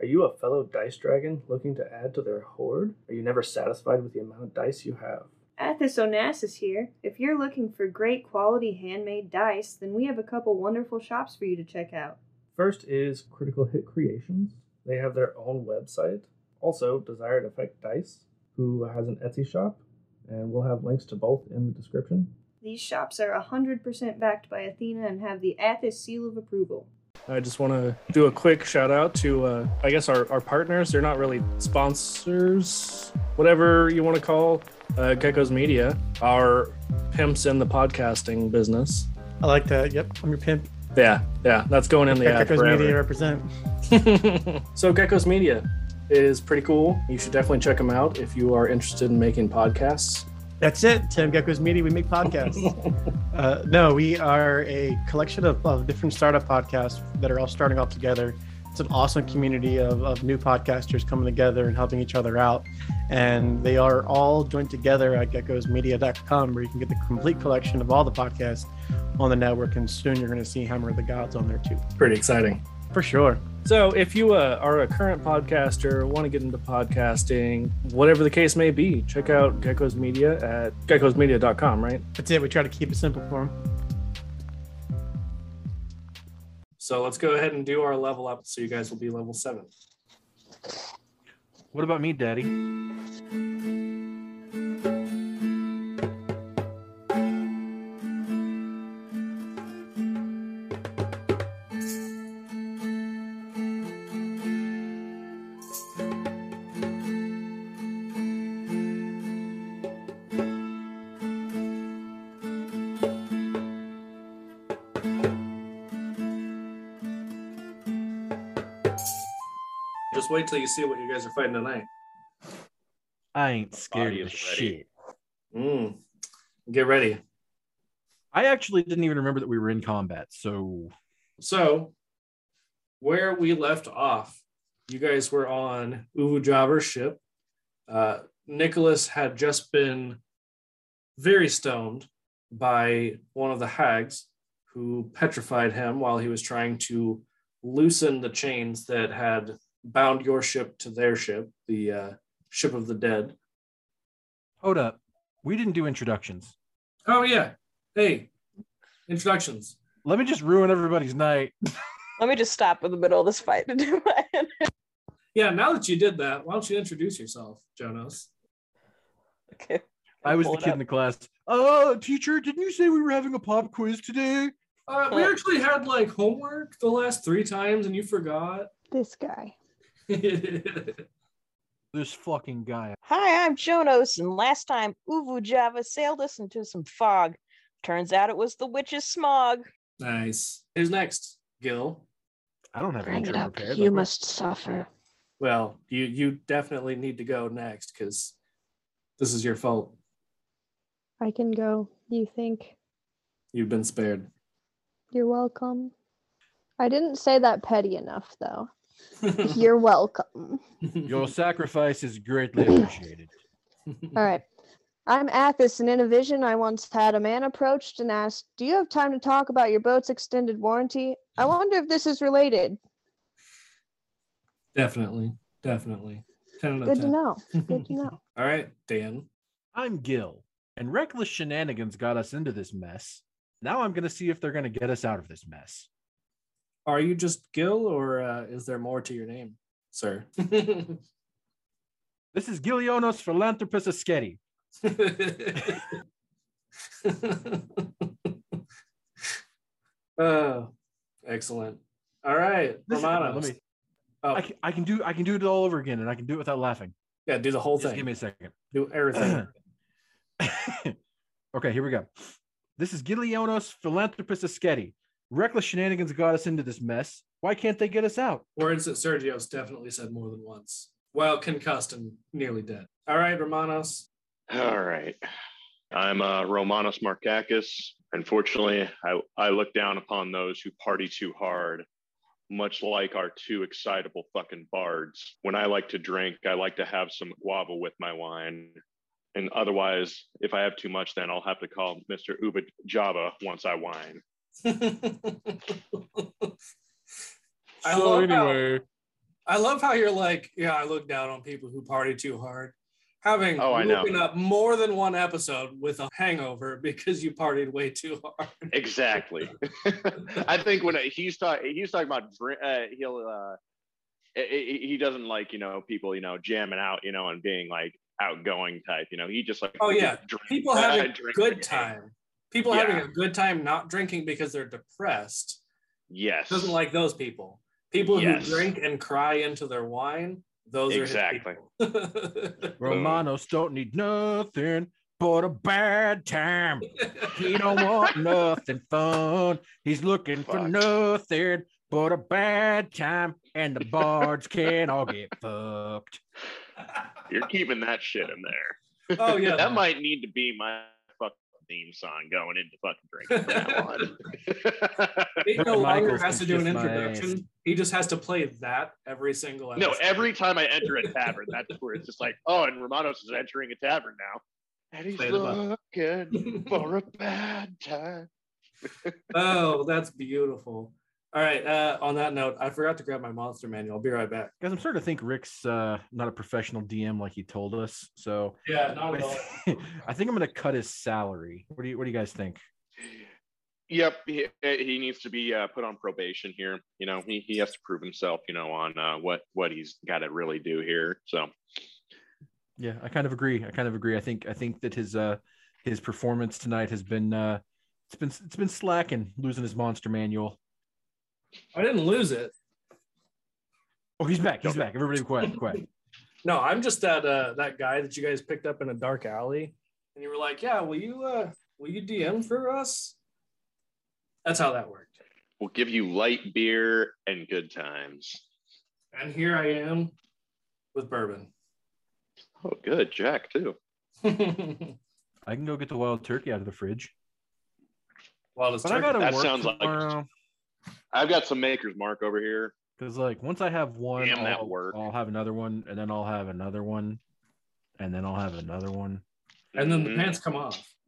Are you a fellow dice dragon looking to add to their hoard? Are you never satisfied with the amount of dice you have? Athos Onassis here. If you're looking for great quality handmade dice, then we have a couple wonderful shops for you to check out. First is Critical Hit Creations. They have their own website. Also, Desired Effect Dice, who has an Etsy shop, and we'll have links to both in the description. These shops are 100% backed by Athena and have the Athos seal of approval. I just want to do a quick shout out to, uh, I guess, our, our partners. They're not really sponsors, whatever you want to call uh, Gecko's Media, our pimps in the podcasting business. I like that. Yep, I'm your pimp. Yeah, yeah, that's going in the ad Gecko's forever. Media represent. so geckos media is pretty cool you should definitely check them out if you are interested in making podcasts That's it, Tim Gecko's Media. We make podcasts. uh, no, we are a collection of, of different startup podcasts that are all starting off together. It's an awesome community of, of new podcasters coming together and helping each other out. And they are all joined together at geckosmedia.com, where you can get the complete collection of all the podcasts on the network. And soon you're going to see Hammer of the Gods on there too. pretty exciting For sure. so if you uh, are a current podcaster want to get into podcasting whatever the case may be check out geckos media at geckosmedia.com right That's it. We try to keep it simple for them. so let's go ahead and do our level up so you guys will be level seven What about me, Daddy? just wait till you see what you guys are fighting tonight I ain't scared body of is shit. mm. get ready I actually didn't even remember that we were in combat. So So, where we left off, you guys were on Uvu Jabber's ship. Uh, Nicholas had just been very stoned by one of the hags who petrified him while he was trying to loosen the chains that had bound your ship to their ship, the uh, ship of the dead. hold up. We didn't do introductions. Oh, yeah. Hey, introductions. Let me just ruin everybody's night. Let me just stop in the middle of this fight to do mine. Yeah, now that you did that, why don't you introduce yourself, Jonas? okay. I was Pull the it kid up. in the class. Oh, teacher, didn't you say we were having a pop quiz today? Uh, we actually had like homework the last three times and you forgot. This guy. yeah, This fucking guy. Hi, I'm Jonos, and last time Uvu Java sailed us into some fog. Turns out it was the witch's smog. nice. Who's next, Gil? I don't have an Bring it intro up. prepared. You Like, must suffer. Well, you you definitely need to go next because this is your fault. I can go. You think You've been spared. you're welcome? I didn't say that petty enough, though. You're welcome. Your sacrifice is greatly appreciated. All right. I'm Athos, and in a vision, I once had a man approached and asked, Do you have time to talk about your boat's extended warranty? I wonder if this is related. definitely, definitely. Ten out of Good to ten. know. Good to know. All right, Dan. I'm Gil, and reckless shenanigans got us into this mess. Now I'm going to see if they're going to get us out of this mess. Are you just Gil, or uh, is there more to your name, sir? This is Gilionos Philanthropus Aschetti. oh, excellent. All right, This- Romanos. let me- Oh, I can, I can do I can do it all over again, and I can do it without laughing. yeah, do the whole Just thing. give me a second. do everything. okay, here we go. This is Gilionos Philanthropus Aschetti. Reckless shenanigans got us into this mess. Why can't they get us out? Words that Sergio's definitely said more than once. While concussed and nearly dead. All right, Romanos. All right. I'm uh, Romanos Markakis. Unfortunately, I, I look down upon those who party too hard, much like our two excitable fucking bards. When I like to drink, I like to have some guava with my wine. And otherwise, if I have too much, then I'll have to call Mr. Uba Java once I whine. I love how- I love how you're like, yeah, I look down on people who party too hard. Having Oh, I know. woken up more than one episode with a hangover because you partied way too hard. Exactly. I think when uh, he's talking, he's talking about dr- uh, he'll uh, he he- he doesn't like you know people you know jamming out you know and being like outgoing type you know he just like Oh, yeah. drink- People having a drink- good time. People Yeah. having a good time not drinking because they're depressed. yes Doesn't like those people. People Yes. who drink and cry into their wine. Those Exactly. are his people. Romanos don't need nothing but a bad time. He don't want nothing fun. He's looking for Fuck. nothing but a bad time, and the bards can all get fucked. you're keeping that shit in there oh yeah, that might need to be my fucking theme song going into fucking drinking from now on. He no Michael longer can has to do an kiss my introduction. He just has to play that every single episode. No, every time I enter a tavern, that's where it's just like, oh, and Romanos is entering a tavern now. And he's Play the button. looking for a bad time. oh, that's beautiful. All right. Uh, on that note, I forgot to grab my monster manual. I'll be right back. Guys, I'm starting to think Rick's uh, not a professional DM like he told us. So Yeah, not I, th- I think I'm going to cut his salary. What do you What do you guys think? Yep, he, he needs to be uh, put on probation here. You know, he, he has to prove himself. You know, on uh, what what he's got to really do here. So Yeah, I kind of agree. I kind of agree. I think I think that his uh his performance tonight has been uh it's been it's been slacking losing his monster manual. I didn't lose it. Oh, he's back. He's back. Everybody be quiet. Quiet. No, I'm just that uh, that guy that you guys picked up in a dark alley, and you were like, "Yeah, will you uh, will you DM for us?" That's how that worked. we'll give you light beer and good times. And here I am with bourbon. Oh, good, Jack too. well, I can go get the wild turkey out of the fridge. it's But I gotta That work sounds like- I've got some Maker's Mark over here. because like once I have one, Damn, that I'll, work. I'll have another one, and then I'll have another one, and then I'll have another one. and then the Mhm. pants come off.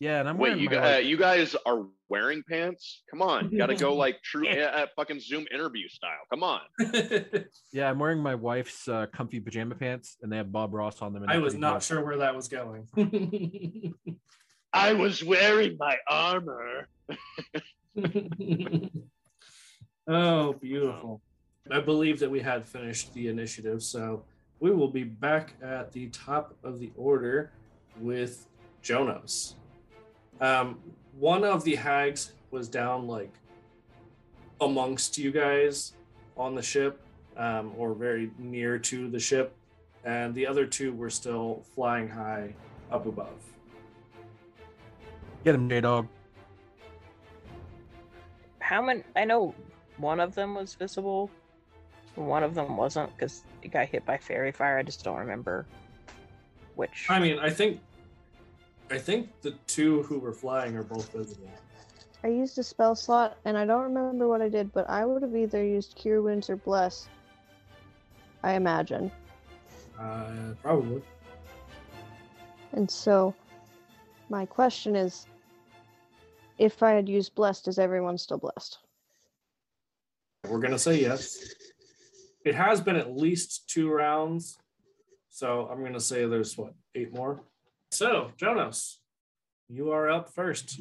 Yeah, and I'm Wait, wearing you my, guys, uh, like- you guys are wearing pants? Come on, you got to go like true uh, uh, fucking Zoom interview style. Come on. yeah, I'm wearing my wife's uh, comfy pajama pants, and they have Bob Ross on them. And I they're was pretty not good. sure where that was going. I was wearing my armor. oh, beautiful. I believe that we had finished the initiative, so we will be back at the top of the order with Jonas. Um, one of the hags was down, like, amongst you guys on the ship, um, or very near to the ship, and the other two were still flying high up above. Get him, J Dog. How many? I know one of them was visible, one of them wasn't because it got hit by fairy fire. I just don't remember which. I mean, I think, I think the two who were flying are both visible. I used a spell slot, and I don't remember what I did, but I would have either used Cure Wounds or Bless. I imagine. Uh, probably. And so, my question is if I had used Blessed, is everyone still blessed? We're gonna say yes. It has been at least two rounds, so I'm gonna say there's what eight more. So Jonas, you are up first.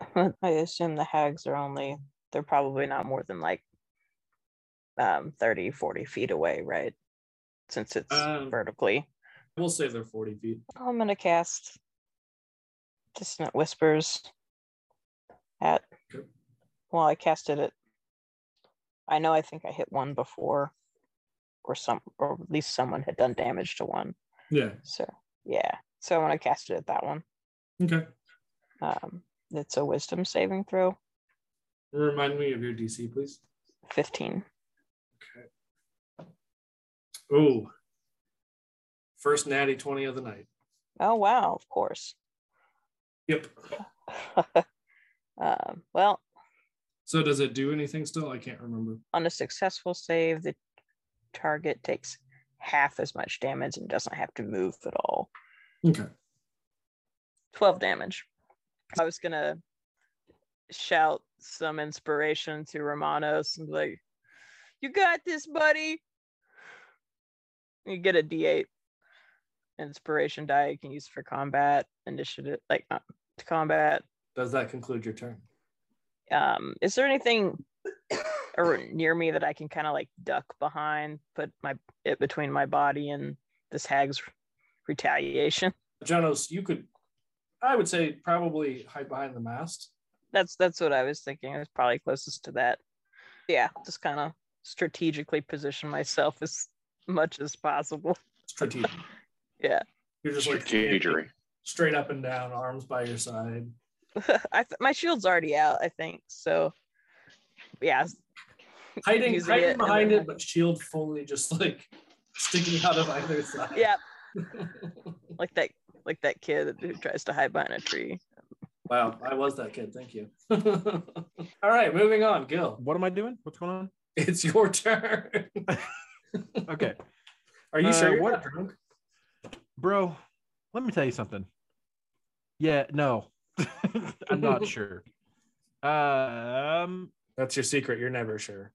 I assume the hags are only, they're probably not more than like um, 30, 40 feet away, right? Since it's Um, vertically. Oh, We'll say they're 40 feet. I'm going to cast Dissonant Whispers at, Okay. well, I casted it. I know I think I hit one before, or some, or at least someone had done damage to one. Yeah. So, yeah. So I want to cast it at that one. Okay. Um, it's a wisdom saving throw, Remind me of your DC, please. 15. Oh. First natty 20 of the night. Oh wow, of course. Yep. um, well, So does it do anything still? I can't remember. on a successful save, the target takes half as much damage and doesn't have to move at all. Okay. Twelve damage. I was gonna shout some inspiration to Romanos and be like, "You got this, buddy." You get a D8 inspiration die. You can use for combat initiative, like uh, to combat. Does that conclude your turn? Um, is there anything or near me that I can kind of like duck behind, put my it between my body and this hag's retaliation? Janos, you could, I would say, probably hide behind the mast. That's that's what I was thinking. It's probably closest to that. Yeah, just kind of strategically position myself as much as possible. Strategic. Yeah. You're just like Strategery. straight up and down, arms by your side. I th- my shield's already out, I think. So, yeah, Hiding, Using hiding it and behind then- it, but shield fully just like sticking out of either side. yeah, like that, like that kid who tries to hide behind a tree. wow, I was that kid. Thank you. All right, moving on. Gil, What am I doing? What's going on? it's your turn. Okay, Are you Uh, sure you're what- not drunk? bro. Let me tell you something. Yeah, no, I'm not sure. Um, That's your secret. You're never sure.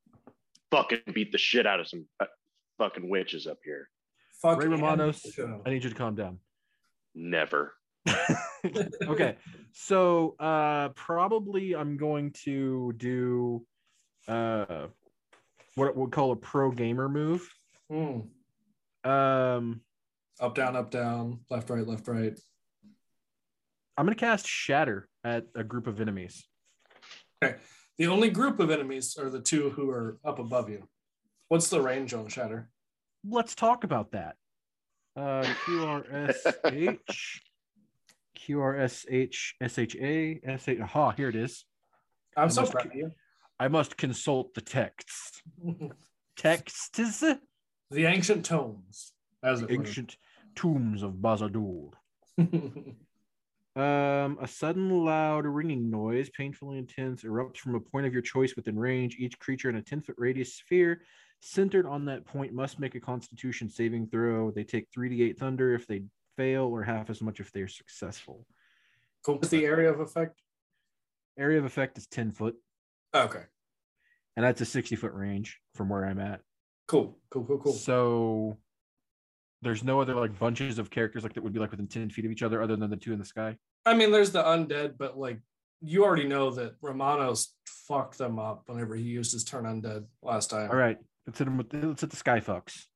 Fucking beat the shit out of some uh, fucking witches up here. Fuck Ray Andy Romanos. Show. I need you to calm down. Never. okay so uh probably i'm going to do uh what we'll call a pro gamer move Hmm. um Up, down, up, down, left, right, left, right. i'm gonna cast shatter at a group of enemies The only group of enemies are the two who are up above you. What's the range on Shatter? let's talk about that uh qrsh qrsh sha sha aha here it is I'm How so much proud ca- of you. i must consult the texts texts the ancient tomes, as it ancient tombs of bazadur were. Um, a sudden loud ringing noise, painfully intense, erupts from a point of your choice within range. Each creature in a 10 foot radius sphere centered on that point must make a constitution saving throw. They take 3d8 thunder if they fail, or half as much if they're successful. cool. What's the area of effect? Area of effect is 10 foot, Okay. and that's a 60 foot range from where I'm at. Cool. Cool. Cool. Cool. So there's no other like bunches of characters like that would be like within 10 feet of each other other than the two in the sky. I mean, there's the undead, but like you already know that Romanos fucked them up whenever he used his turn undead last time. All right, let's hit them with let's hit the sky fox.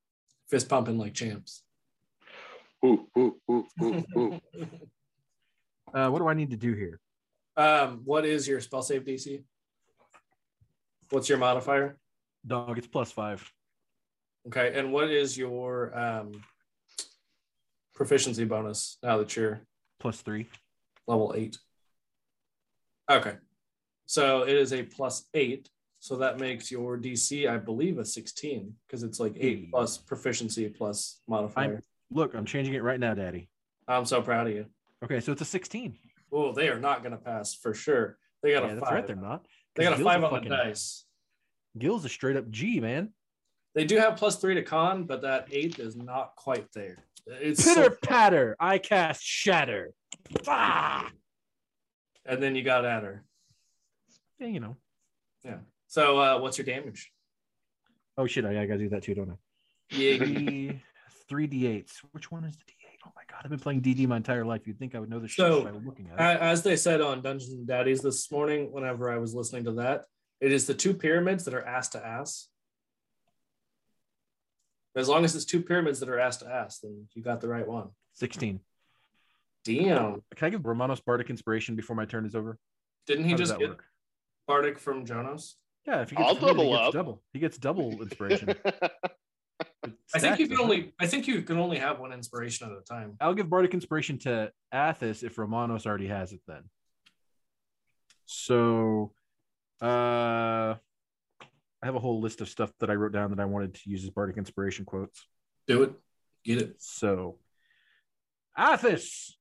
Fist pumping like champs. Ooh, ooh, ooh, ooh, ooh. Uh, what do I need to do here? um, what is your spell save DC? What's your modifier? Dog, it's plus five. Okay, and what is your um, proficiency bonus now that you're plus three. level eight? Okay, so it is a plus eight, so that makes your DC, I believe, a sixteen because it's like eight Hmm. plus proficiency plus modifier. Look, I'm changing it right now, Daddy. I'm, so proud of you. Okay, so it's a 16. Oh, they are not going to pass for sure. They got Yeah, a that's five. right. They're not. they got a Gil's five on fucking- the dice. Gil's a straight up G, man. They do have plus three to con, but that eight is not quite there. It's Pitter so- patter. I cast shatter. Ah! and then you got at her. Yeah, you know. So uh, what's your damage? Oh shit, I, I gotta do that too, don't I? Yeah, Three, three D8s. Which one is the D8? Oh my god, I've been playing DD my entire life. You'd think I would know this shit So, uh, by looking at it. a- as they said on Dungeons and Daddies this morning, whenever I was listening to that, it is the two pyramids that are ass to ass. As long as it's two pyramids that are ass to ass, then you got the right one. 16. Damn! Can I give Romanos Bardic inspiration before my turn is over? Didn't he How does just that get work? Bardic from Jonas? Yeah, if he I'll gets committed, double he gets up. double. He gets double inspiration. I think you can Stacks, huh? only. I think you can only have one inspiration at a time. I'll give Bardic Inspiration to Athos if Romanos already has it then. So uh I have a whole list of stuff that I wrote down that I wanted to use as Bardic Inspiration quotes. Do it. Get it. So Athos,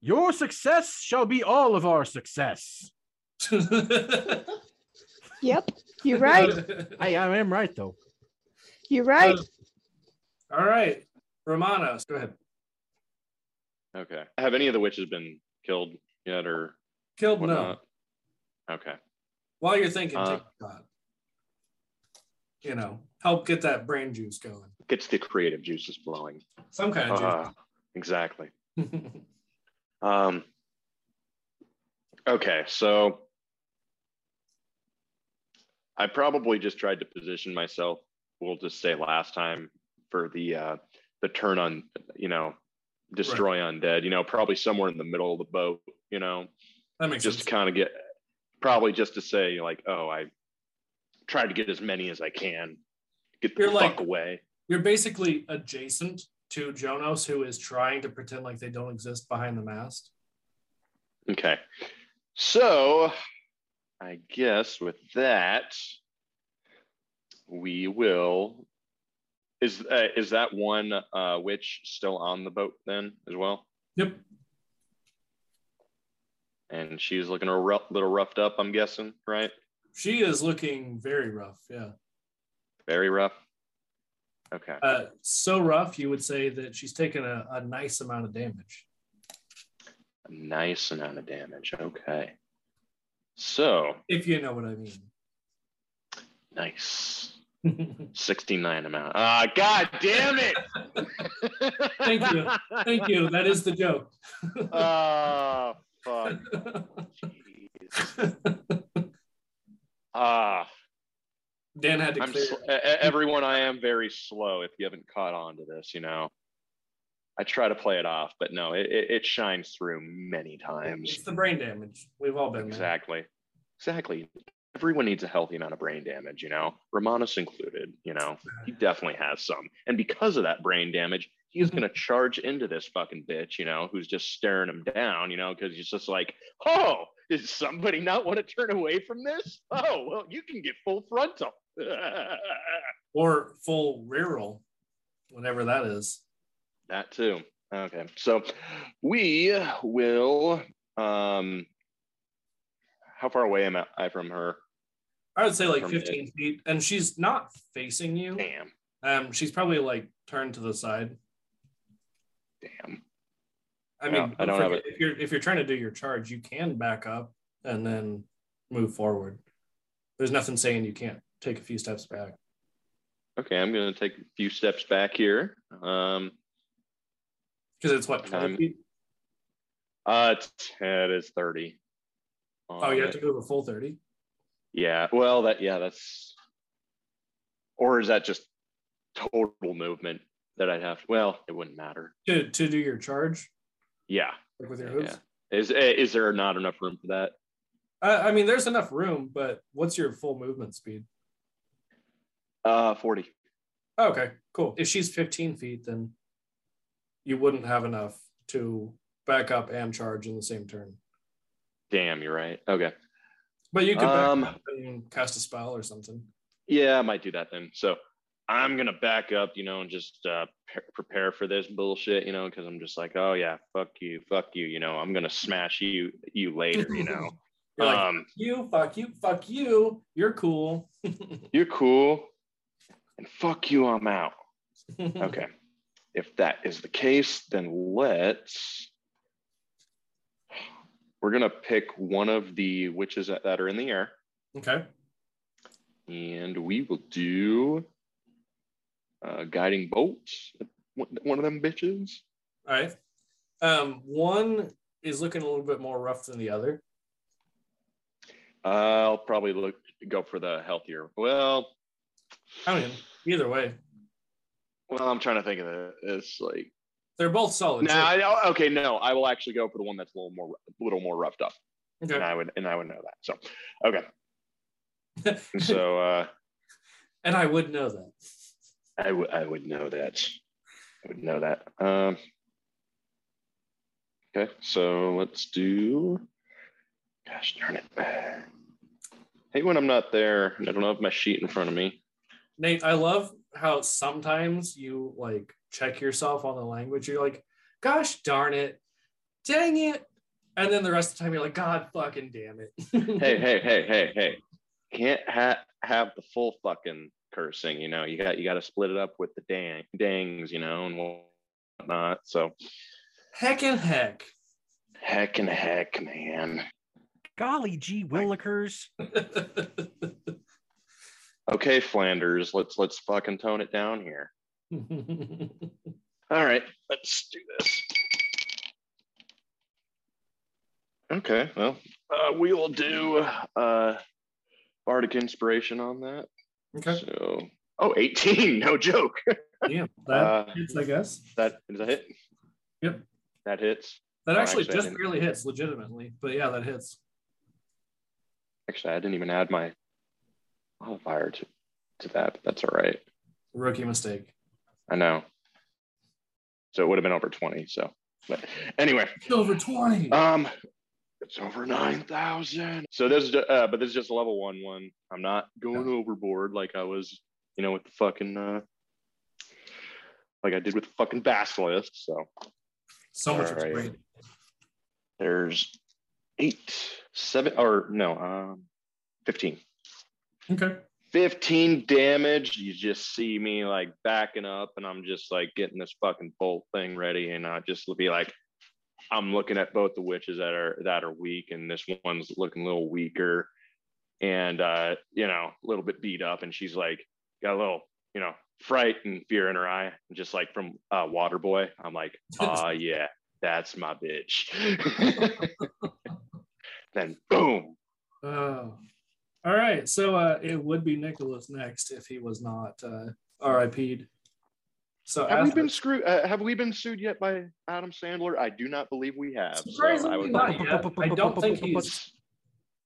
your success shall be all of our success. Yep, you're right. I, I am right though. You're right. All right. Romanos, go ahead. okay. Have any of the witches been killed yet or Killed no. whatnot? Okay. While you're thinking, Uh. take a shot. You know, help get that brain juice going. Gets the creative juices flowing. Some kind of Uh, exactly. juice. Uh-huh. Um, okay, so I probably just tried to position myself. We'll just say last time for the uh, the turn on, you know, destroy undead. You know, probably somewhere in the middle of the boat. You know, that makes just sense. to kind of get, probably just to say like, oh, I tried to get as many as I can. Get the You're fuck like- away. You're basically adjacent to Jonos, who is trying to pretend like they don't exist behind the mast. Okay. So I guess with that, we will. Is uh, is that one uh, witch still on the boat then as well? Yep. And she's looking a rough, little roughed up, I'm guessing, right? She is looking very rough. Yeah. Very rough. Okay. Uh, so rough, you would say that she's taken a, a nice amount of damage. Nice amount of damage. Okay. So If you know what I nice. mean. 69 amount. Ah, god damn it. Thank you. Thank you. That is the joke. Oh, fuck. Jeez. Ah, Dan had to I'm clear. sl- e- e- everyone. I am very slow. If you haven't caught on to this, you know, I try to play it off, but no, it, it, it shines through many times. It's the brain damage. We've all been there. Exactly, exactly. Everyone needs a healthy amount of brain damage, you know, Romanus included. You know, he definitely has some, and because of that brain damage, he's gonna charge into this fucking bitch, you know, who's just staring him down, you know, because he's just like, oh, does somebody not want to turn away from this? Oh, well, you can get full frontal. Or full rear roll, whatever that is. That too. Okay. So we will um how far away am I from her? I would say like From 15 feet. And she's not facing you. Damn. Um, she's probably like turned to the side. Damn. I mean, Yeah, I don't have forget, if you're if you're trying to do your charge, you can back up and then move forward. There's nothing saying you can't take a few steps back. Okay, I'm gonna take a few steps back here. Um Because it's what 20 Um, feet? uh it's, it is 30. Oh, you have Um, to move a full 30. Yeah. Well that yeah, that's or is that just total movement that I'd have well, it wouldn't matter. To to do your charge Yeah. like with your hooves. yeah. Is eh, is there not enough room for that? I, I mean, there's enough room, but what's your full movement speed? Uh 40. okay, cool. If she's 15 feet, then you wouldn't have enough to back up and charge in the same turn. Damn, you're right. Okay. But you could back Um, up and cast a spell or something. Yeah, I might do that then. So I'm gonna back up, you know, and just uh, pre- prepare for this bullshit, you know, because I'm just like, oh yeah, fuck you, fuck you, you know, I'm gonna smash you, you later, you know. You're like, um, you, fuck you, fuck you. You're cool. you're cool, and fuck you, I'm out. Hmm. Okay, if that is the case, then let's. We're gonna pick one of the witches that that are in the air. okay. and we will do uh, guiding bolts. One one of them bitches. All right. Um, one is looking a little bit more rough than the other. I'll probably look go for the healthier. Well, I mean, either way, well, I'm trying to think of it. It's like they're both solid. no, too. I, okay, no. I will actually go for the one that's a little more a little more roughed up, Okay. and I would and I would know that. So, okay. And so uh, And I would know that. I would I would know that. I would know that. Um, okay, so let's do. Gosh darn it! Hate when I'm not there. and I don't have my sheet in front of me. Nate, I love how sometimes you like check yourself on the language. You're like, gosh darn it, dang it. And then the rest of the time you're like, God fucking damn it. Hey, hey, hey, hey, hey! Can't ha- have the full fucking cursing. You know, you got you got to split it up with the dang dangs. You know, and whatnot. So Heck and heck. heck and heck, man. Golly gee, Willikers. Okay, Flanders, let's let's fucking tone it down here. All right, let's do this. Okay, well, uh, we will do uh, bardic inspiration on that. okay. So, oh, 18, no joke. Yeah. That Uh, hits, I guess. That is a hit. Yep. That hits. That oh, actually actually, I just didn't- barely hits, legitimately. But yeah, that hits. Actually, I didn't even add my modifier to, to that, but that's all right. Rookie mistake. I know. So it would have been over 20. So, but anyway, It's over 20. um, it's over 9,000. So this is, ju- uh, but this is just a level one one. I'm not going overboard like I was, you know, with the fucking, uh, like I did with the fucking basilisk. So so much all right. great. there's eight, seven, or no, um, 15. Okay. 15 damage. You just see me like backing up, and I'm just like getting this fucking bolt thing ready, and I just be like, I'm looking at both the witches that are that are weak, and this one's looking a little weaker, and uh, you know, a little bit beat up, and she's like got a little, you know, fright and fear in her eye, just like from uh, Waterboy. I'm like, ah, yeah, that's my bitch. then boom, Oh. All right. So uh, it would be Nicholas next if he was not uh, RIP'd. So Have we after- been screwed? Uh, have we been sued yet by Adam Sandler? I do not believe we have. so I Surprisingly would- not yet. I don't think he's.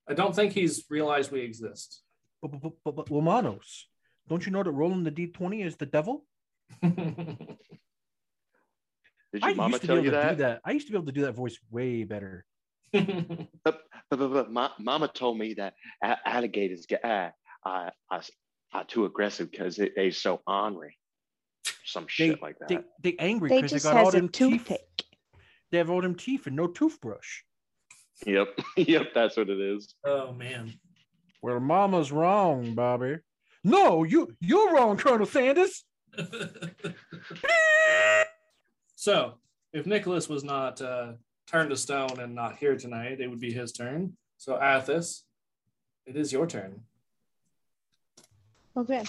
I don't think he's realized we exist. Romanos, don't you know that rolling the d20 is the devil? That's Did your mama tell you to that? do that. I used to be able to do that voice way better. But, but, but my, mama told me that a- alligators get uh, uh, are, are too aggressive because they, they so ornery. Some shit like that. They they angry They because they, just got all has a them teeth. toothpick. They have all them teeth and no toothbrush. Yep. yep. That's what it is. oh man. Well, Mama's wrong, Bobby. No, you you're wrong, Colonel Sanders. so, if Nicholas was not uh, turned to stone and not here tonight, it would be his turn. So, Athos, it is your turn. Okay.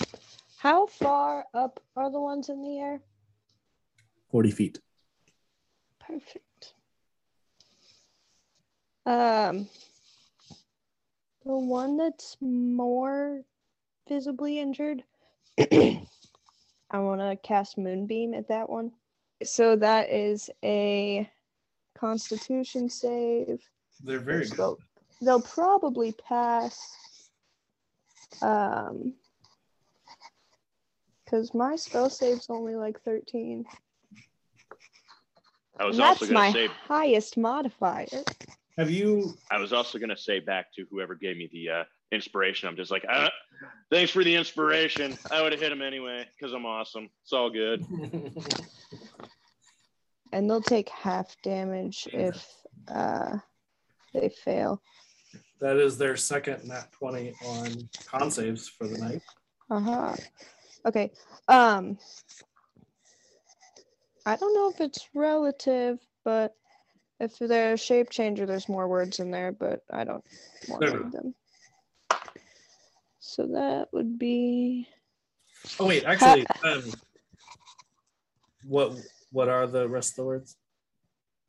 How far up are the ones in the air? 40 feet. Perfect. Um, the one that's more visibly injured, I want to cast Moonbeam at that one. So that is a Constitution save. They're very which good. They'll, they'll probably pass. Um, because my spell save's only like 13. I was And also that's gonna my say. highest modifier. Have you? I was also gonna say back to whoever gave me the uh, inspiration. I'm just like, uh, thanks for the inspiration. I would have hit him anyway because I'm awesome. It's all good. and they'll take half damage if uh, they fail. that is their second nat 20 on con saves for the night. Uh-huh. Okay. Um I don't know if it's relative, but if they're a shape changer, there's more words in there, but I don't want to Fair read them. So that would be Oh wait, actually, um, what what are the rest of the words?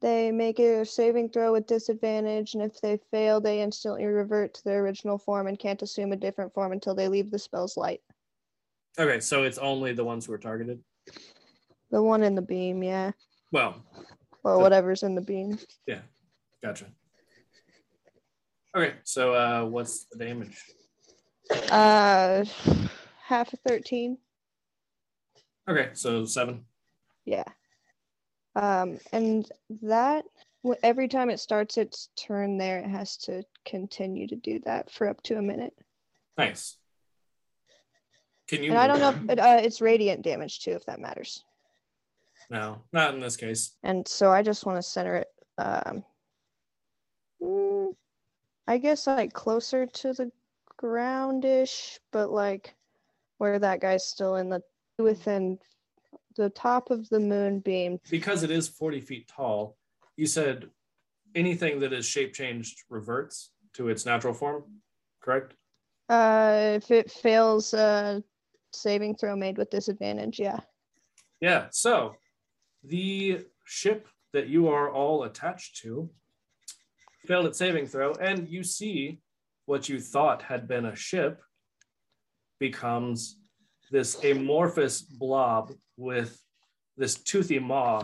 they make a saving throw with disadvantage, and if they fail, they instantly revert to their original form and can't assume a different form until they leave the spell's light. Okay, so it's only the ones who are targeted. The one in the beam, yeah. Well, Or The- whatever's in the beam. gotcha. Okay, so uh, what's the damage? Uh, half a 13. Okay, so seven. Yeah. Um, and that wh- every time it starts its turn there, it has to continue to do that for up to a minute. Nice. Can you? And I don't know if it, uh, it's radiant damage too, if that matters. No, not in this case. And so I just want to center it. Um, mm, I guess like closer to the groundish, but like where that guy's still in the within the top of the moon beam because it is 40 feet tall, you said anything that is shape changed reverts. to its natural form, correct? Uh, if it fails uh, saving throw made with disadvantage, yeah. Yeah, so the ship that you are all attached to failed its saving throw, and you see what you thought had been a ship becomes this amorphous blob with this toothy maw.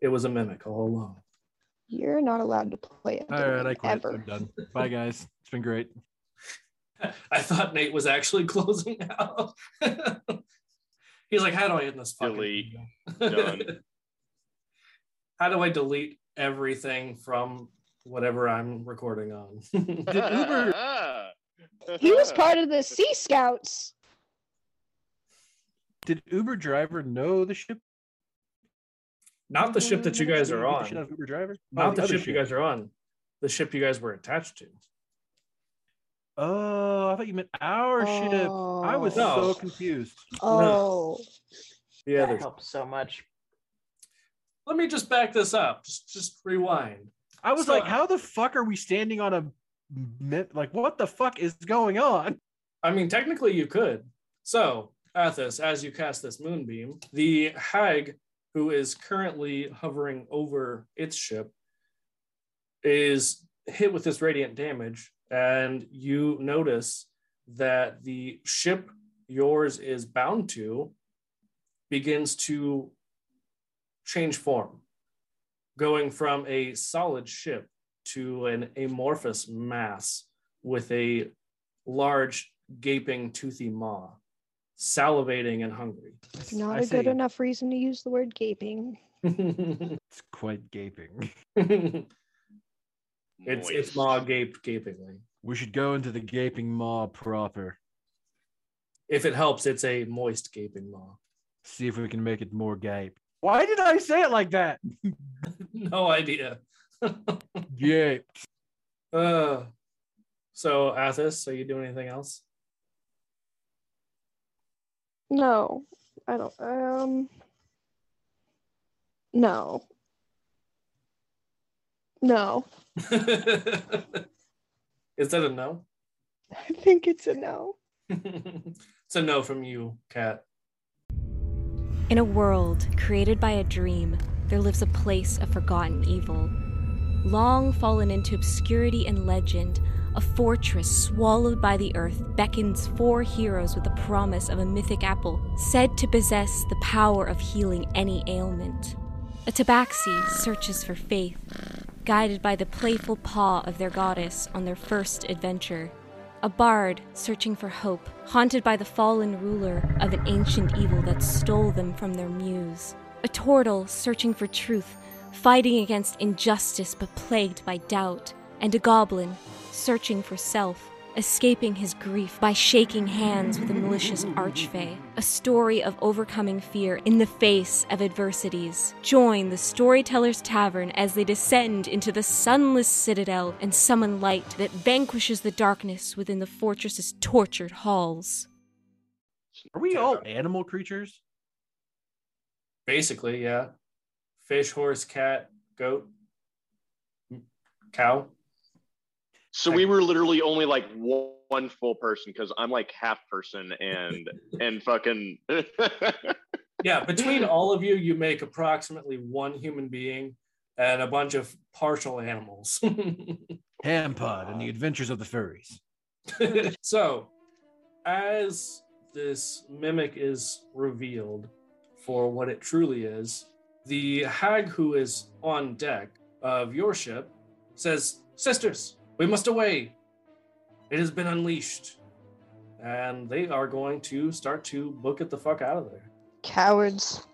It was a mimic all along. You're not allowed to play it. All right, I quit. Ever. I'm done. Bye, guys. It's been great. I thought Nate was actually closing out. He's like, how do I end this fucking Delete. thing?" Done. how do I delete everything from whatever I'm recording on? He was part of the Sea Scouts. Did Uber driver know the ship? Not the ship that you guys are Beat the shit on. out of Uber driver. Oh, Not the other ship you guys are on. The ship you guys were attached to. Oh, I thought you meant our ship. I Oh. was No. so confused. Oh. The That other. helps so much. Let me just back this up. Just just rewind. I was So- like, how the fuck are we standing on a mi- like what the fuck is going on? I mean, technically you could. So, Athos, as you cast this moonbeam, the hag who is currently hovering over its ship is hit with this radiant damage, and you notice that the ship yours is bound to begins to change form, going from a solid ship to an amorphous mass with a large gaping toothy maw, salivating and hungry. Not I a good say enough reason to use the word gaping. It's quite gaping. it's Moist. its maw gaped gapingly. We should go into the gaping maw proper. If it helps, it's a moist gaping maw. See if we can make it more gape. Why did I say it like that? no idea. Gape. Uh, so Athos, are you doing anything else? No, I don't. Um, no, no. Is that a no? I think it's a no. it's a no from you, Kat. In a world created by a dream, there lives a place of forgotten evil. Long fallen into obscurity and legend, a fortress swallowed by the earth beckons four heroes with the promise of a mythic apple said to possess the power of healing any ailment. A tabaxi searches for faith, guided by the playful paw of their goddess on their first adventure. A bard searching for hope, haunted by the fallen ruler of an ancient evil that stole them from their muse. A turtle searching for truth, fighting against injustice but plagued by doubt. And a goblin searching for self, escaping his grief by shaking hands with a malicious archfey. A story of overcoming fear in the face of adversities. Join the Storyteller's Tavern as they descend into the sunless citadel and summon light that vanquishes the darkness within the fortress's tortured halls. Are we all animal creatures? Basically, yeah. Fish, horse, cat, goat, cow. So we were literally only like one full person because I'm like half person and and fucking yeah between all of you you make approximately one human being and a bunch of partial animals Hampod and the Adventures of the Furries. so as this mimic is revealed for what it truly is the hag who is on deck of your ship says sisters we must away it has been unleashed and they are going to start to book it the fuck out of there Cowards.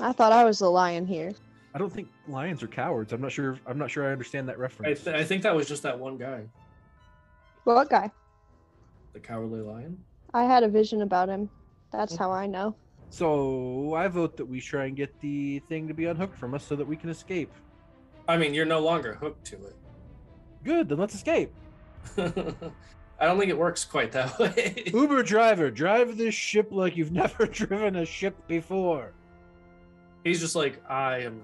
I thought I was the lion here. I don't think lions are cowards. I'm not sure. I'm not sure I understand that i, reference. th- I think that was just that one guy What guy? the cowardly lion I had a vision about him. That's how I know. so I vote that we try and get the thing to be unhooked from us so that we can escape. I mean, you're no longer hooked to Good, then let's escape. it. I don't think it works quite that way. Uber driver, drive this ship like you've never driven a ship before. He's just like, I am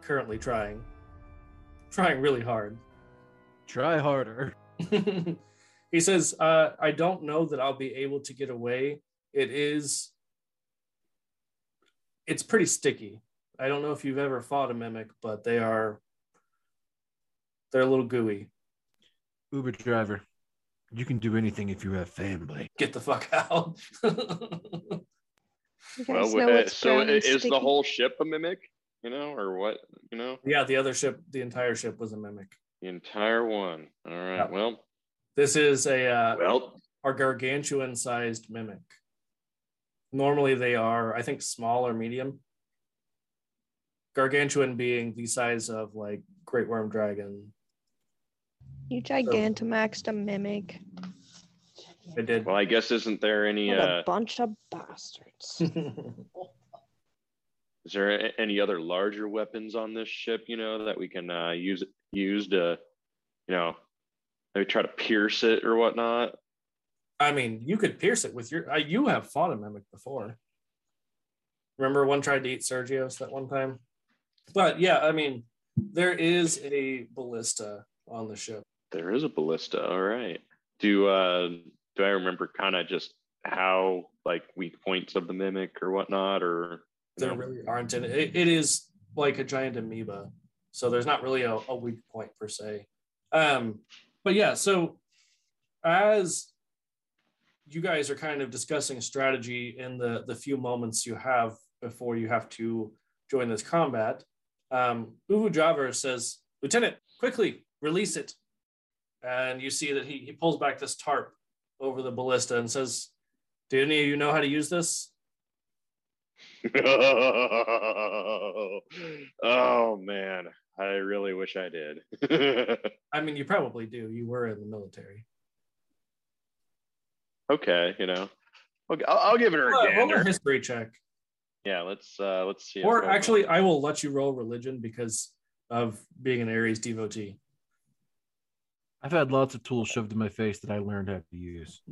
currently trying, trying really hard. Try harder. he says, uh, I don't know that I'll be able to get away. It is, it's pretty sticky. I don't know if you've ever fought a mimic, but they are, they're a little gooey. Uber driver, you can do anything if you have family. Get the fuck out. You Well, guys w- know uh, what's so brown i- and is the sticky? whole ship a mimic? You know, or what? You know, yeah, the other ship, the entire ship was a mimic. the entire one. All right. Yeah. Well, This is a, uh, well, are gargantuan sized mimic. Normally they are, I think, small or medium. Gargantuan being the size of like great worm dragon. You gigantamaxed a mimic. I did. well. I guess isn't there any? What Uh, a bunch of bastards. is there a- any other larger weapons on this ship? You know that we can uh, use use to, you know, maybe try to pierce it or whatnot. I mean, you could pierce it with your. Uh, you have fought a mimic before. Remember, one tried to eat Sergio's that one time. But yeah, I mean, there is a ballista on the ship. There is a ballista. All right. Do uh do I remember kind of just how like weak points of the mimic or whatnot or you There know? really aren't any. It, it is like a giant amoeba, so there's not really a, a weak point per se. Um, but yeah, so as you guys are kind of discussing strategy in the the few moments you have before you have to join this combat, um, Uvu Javar says, "Lieutenant, quickly release it," and you see that he he pulls back this tarp over the ballista and says, "Do any of you know how to use this?" oh, man, I really wish I did. I mean, you probably do. You were in the military. okay, you know, okay, I'll, I'll give it her Roll a a- roll a gander. history check, Yeah, let's uh, let's see. if or I'm- actually, I will let you roll religion because of being an Aries devotee. I've had lots of tools shoved in my face that I learned how to use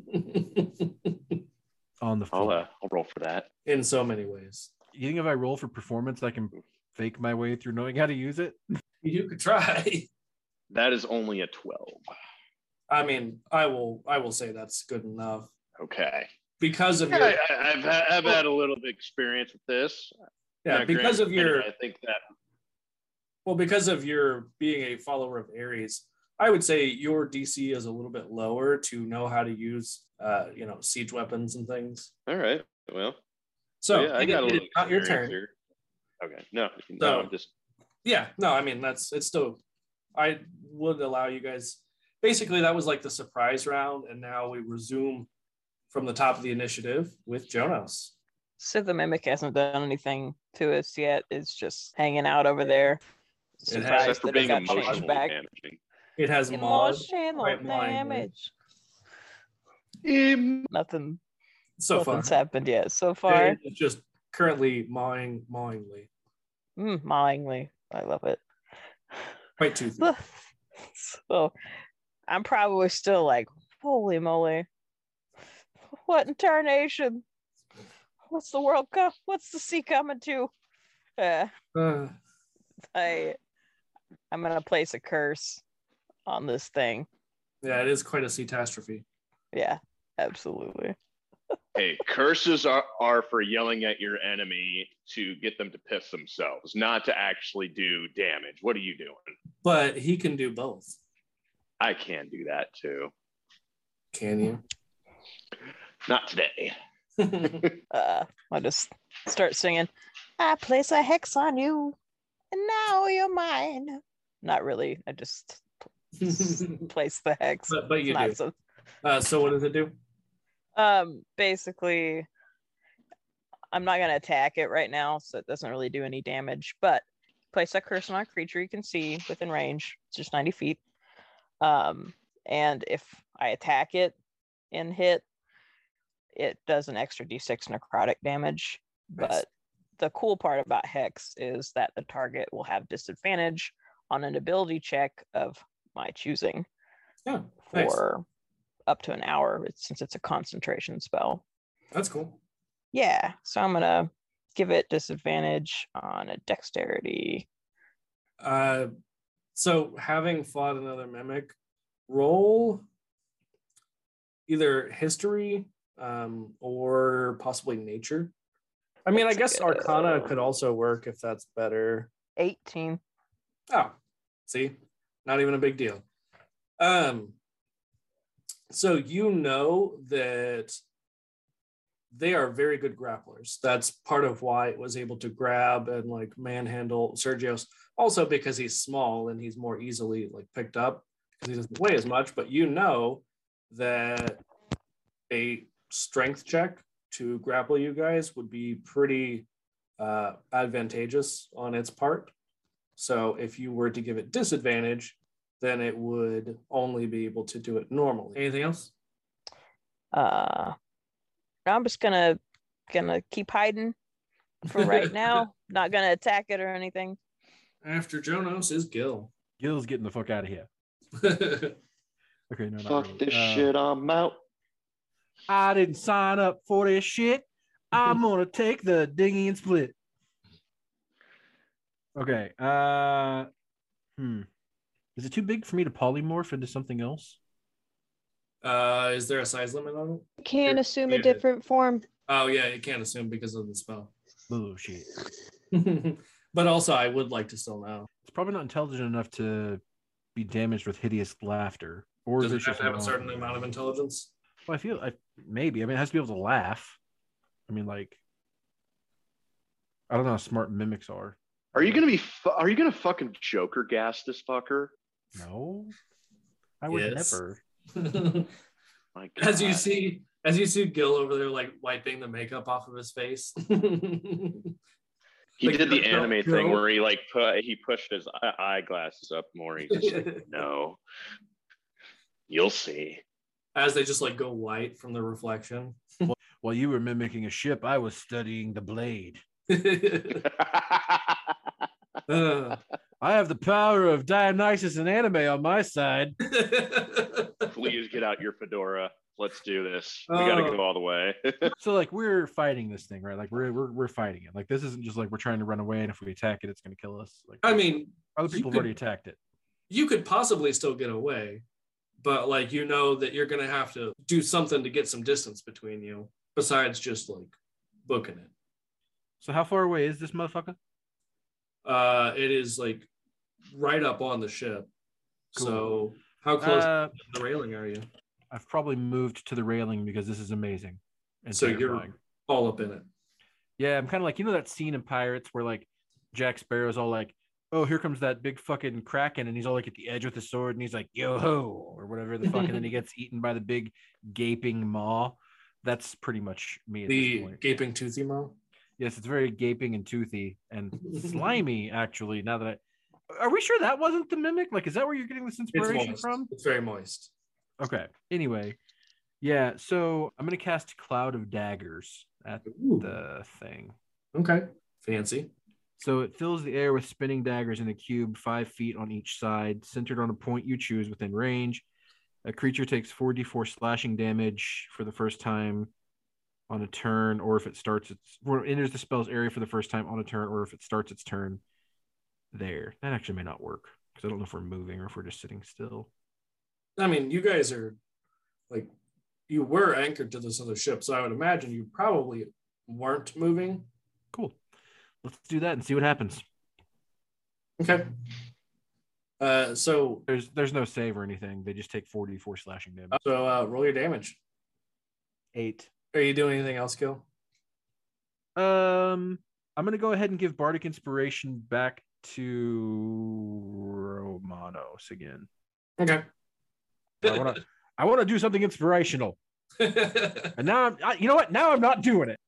on the I'll fly. uh, I'll roll for that. in so many ways, You think if I roll for performance, I can fake my way through knowing how to use it? you could try. That is only a twelve. I mean, I will. I will say that's good enough Okay. because of Yeah, your I, I- I've had, I've had a little bit of experience with this. yeah Not because great, of your but I think that well because of your being a follower of Aries. I would say your DC is a little bit lower to know how to use, uh, you know, siege weapons and things. all right. Well, So yeah, I it- got a it- little not your turn. experience here. Okay. No, no, So- just yeah no i mean that's it's still i would allow you guys basically that was like the surprise round and now we resume from the top of the initiative with jonas So the mimic hasn't done anything to us yet. It's just hanging out over there. Surprised except for that it being got changed emotionally back. damaging. it has mod Emotional right mind, right? damage. Nothing. so far nothing's happened yet so far. it's just currently mawing mawingly Mm, mawingly, I love it. quite toothy so I'm probably still like, holy moly, what incarnation? What's the world cup? What's the sea coming to? Uh, Uh, I, I'm gonna place a curse on this thing. yeah it is quite a catastrophe Yeah, absolutely. Hey, curses are, are for yelling at your enemy to get them to piss themselves, not to actually do damage. What are you doing? but he can do both I can do that too. can you Not today. Uh, I'll just start singing. I place a hex on you, and now you're mine. Not really. I just place the hex. but, but you It's not do so- uh, so what does it do um basically i'm not going to attack it right now so it doesn't really do any damage but place that curse on a creature you can see within range it's just 90 feet um and if i attack it and hit it does an extra d6 necrotic damage but the cool part about hex is that the target will have disadvantage on an ability check of my choosing yeah nice. for up to an hour it's- since it's a concentration spell. that's cool Yeah, so I'm gonna give it disadvantage on a dexterity. Uh, so having fought another mimic, roll either history um, or possibly nature. I mean, I Let's guess go. Arcana could also work if that's better. 18. Oh, see, not even a big deal. Um, so you know that they are very good grapplers. That's part of why it was able to grab and like manhandle Sergio's. Also because he's small and he's more easily like picked up because he doesn't weigh as much. But you know that a strength check to grapple you guys would be pretty uh, advantageous on its part. So if you were to give it disadvantage, then it would only be able to do it normally. Anything else? Uh, I'm just gonna gonna keep hiding for right now. Not gonna attack it or anything. After Jonos is Gil. Uh, Gil's getting the fuck out of here. Okay, no, not Fuck really. this Uh, shit. I'm out. I didn't sign up for this shit. I'm gonna take the dinghy and split. Okay. Uh hmm. Is it too big for me to polymorph into something else? Uh, is there a size limit on it? Can assume a Yeah. different form. Oh yeah, it can't assume because of the spell. Bullshit. but also, I would like to still know. It's probably not intelligent enough to be damaged with hideous laughter. Or Does it vicious have to have a wrong. certain amount of intelligence? Well, I feel I maybe. I mean, it has to be able to laugh. I mean, like, I don't know how smart mimics are. Are you gonna be? Fu- are you gonna fucking Joker gas this fucker? No, I would Yes. never. My God. as you see, as you see Gil over there, like wiping the makeup off of his face. he like, did the no, anime no. thing where he like put he pushed his eye- eyeglasses up more. He's just like, no, you'll see. as they just like go white from the reflection. While you were mimicking a ship, I was studying the blade. Uh. I have the power of Dionysus and anime on my side. Please get out your fedora. Let's do this. We gotta Oh. go all the way. So, like, we're fighting this thing, right? Like, we're we're, we're fighting it. Like, this isn't just like we're trying to run away, and if we attack it, it's going to kill us. Like, I mean, other you people have could- already attacked it. you could possibly still get away, but like you know that you're gonna have to do something to get some distance between you, besides just like booking it. So, how far away is this motherfucker? Uh it is like right up on the ship. So how close Uh, to the railing are you? I've probably moved to the railing because this is amazing. And So you're- terrifying. All up in it. Yeah, I'm kind of like you know that scene in Pirates where like Jack Sparrow's all like, "Oh, here comes that big fucking kraken," and he's all like at the edge with his sword, and he's like, "Yo ho," or whatever the fuck, and then he gets eaten by the big gaping maw. That's pretty much me at this The point. gaping toothy mouth. yes, it's very gaping and toothy and slimy. Actually, now that I. Are we sure that wasn't the mimic? Like, is that where you're getting this It's inspiration moist. from? It's very moist. Okay. Anyway, yeah. So I'm gonna cast Cloud of Daggers at Ooh, the thing. okay. Fancy. So it fills the air with spinning daggers in a cube, five feet on each side, centered on a point you choose within range. A creature takes 4d4 slashing damage for the first time on a turn, or if it starts its or it enters the spell's area for the first time on a turn, or if it starts its turn there. That actually may not work because I don't know if we're moving or if we're just sitting still. I mean, you guys are like you were anchored to this other ship, so I would imagine you probably weren't moving. Cool. Let's do that and see what happens. Okay. Uh, so There's there's no save or anything. They just take 4d4 slashing damage. so uh, roll your damage. Eight. Are you doing anything else, Gil? Um, I'm gonna go ahead and give Bardic Inspiration back to Romanos again. Okay. I want to, I want to do something inspirational, and now I'm, I, you know what? Now I'm not doing it.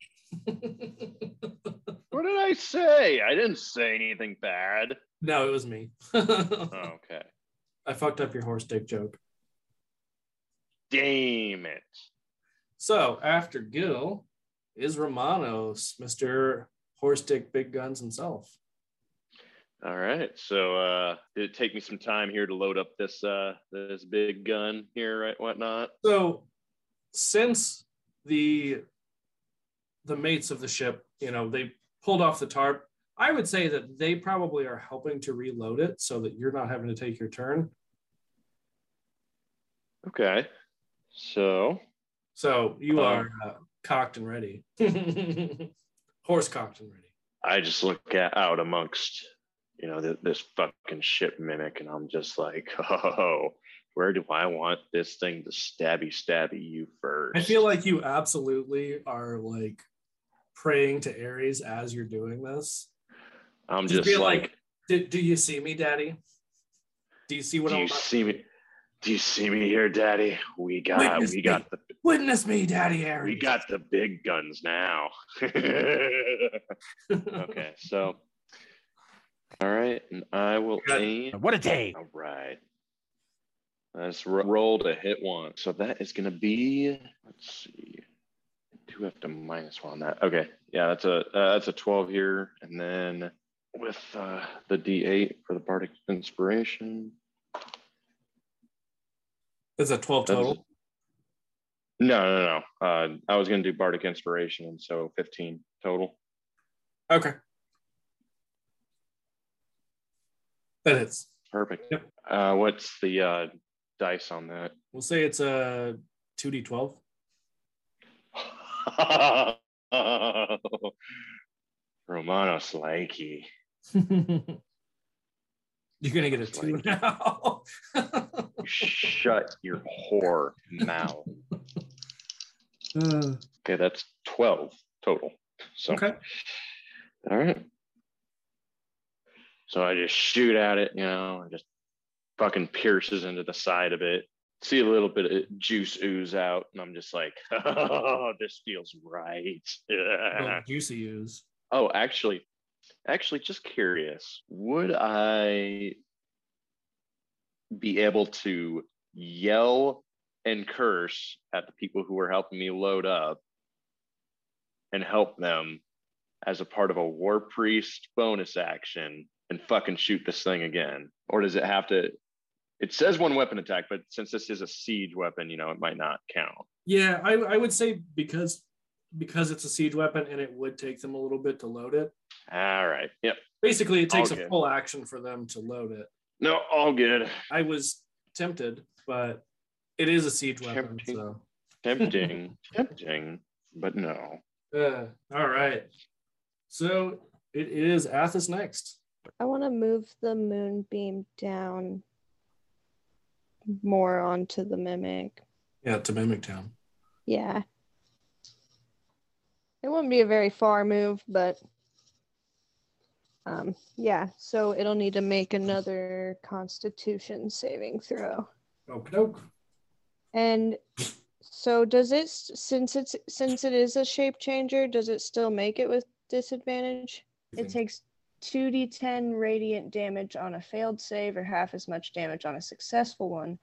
what did I say? I didn't say anything bad. no, it was me. Oh, okay. I fucked up your horse dick joke. Damn it. So after Gil is Romanos, Mister Horse Dick Big Guns himself. All right. So uh did it take me some time here to load up this uh this big gun here, right? Whatnot. so since the the mates of the ship you know they pulled off the tarp i would say that they probably are helping to reload it so that you're not having to take your turn Okay. So So you Uh. are uh, cocked and ready. Horse cocked and ready. I just look at, out amongst, you know, th- this fucking shit mimic, and I'm just like, oh, where do I want this thing to stabby stabby you first? I feel like you absolutely are like praying to Aries as you're doing this. I'm just just feel like, like- Do, do you see me, Daddy? Do you see what do I'm you about? see me? Do you see me here, Daddy? We got, Witness we me. got the, Witness me, Daddy Aries. we got the big guns now. okay, so, all right, and I will Got- aim. What a day! All right. Let's ro- roll to hit one. So that is going to be, let's see, two have to minus one on that. Okay. Yeah, that's a uh, that's a 12 here. And then with uh, the D8 for the Bardic Inspiration. It's a 12 that's- total. No, no, no. Uh, I was going to do Bardic Inspiration. And so 15 total. Okay. That hits. Perfect. Yep. Uh, what's the uh, dice on that? We'll say it's a 2d12. Romanos Likey. You're gonna get a It's two like- now. Shut your whore mouth. Okay, that's 12 total. So, Okay. All right. So I just shoot at it, you know, and just fucking pierces into the side of it. See a little bit of juice ooze out, and I'm just like, oh, this feels right. Well, juicy use. Oh, actually, actually, just curious. Would I be able to yell and curse at the people who were helping me load up and help them as a part of a war priest bonus action and fucking shoot this thing again? Or does it have to? It says one weapon attack, but since this is a siege weapon, you know, it might not count. Yeah, I, I would say because because it's a siege weapon and it would take them a little bit to load it. All right. Yep. Basically, it takes Okay. a full action for them to load it. No, all good. I was tempted, but it is a siege weapon. Tempting. So, Tempting, tempting, but no. Uh, all right. So it is Athos next. I want to move the moonbeam down more onto the mimic. Yeah, to Mimic Town. Yeah. It wouldn't be a very far move, but um yeah, so it'll need to make another constitution saving throw. Okie doke. And so does it s- since it's since it is a shape changer, does it still make it with disadvantage? It takes 2d10 radiant damage on a failed save or half as much damage on a successful one.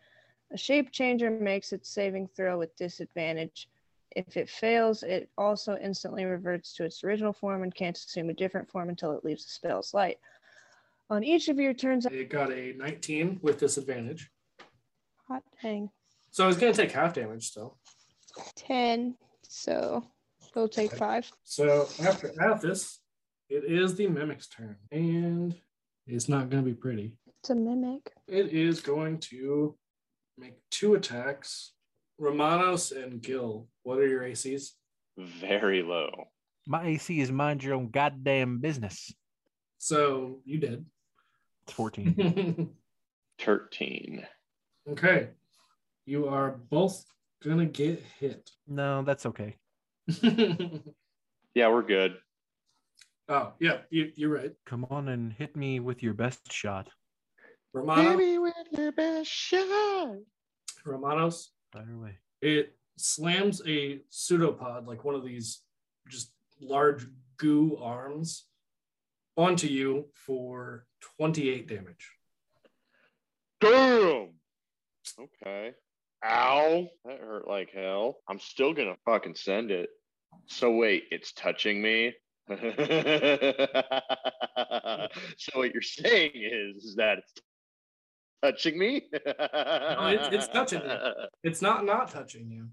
A shape changer makes its saving throw with disadvantage. If it fails, it also instantly reverts to its original form and can't assume a different form until it leaves the spell's light. On each of your turns, It got a 19 with disadvantage. hot dang, So it's going to take half damage still. 10, so it'll take 5. So after Athos, it is the Mimic's turn. And it's not going to be pretty. It's a mimic. It is going to make two attacks. Romanos and Gil, what are your ACs? Very low. My AC is mind your own goddamn business. So you did. It's 14. 13. okay. You are both going to get hit. no, that's okay. Yeah, we're good. oh, yeah, you, you're right. Come on and hit me with your best shot. Romano, with your best shot. Romanos, Fire away. it slams a pseudopod, like one of these just large goo arms, onto you for 28 damage. Damn. Okay. Ow. That hurt like hell. I'm still going to fucking send it. So wait, it's touching me. so what you're saying is, is that it's touching me? it's- it's touching you. It's not not touching you.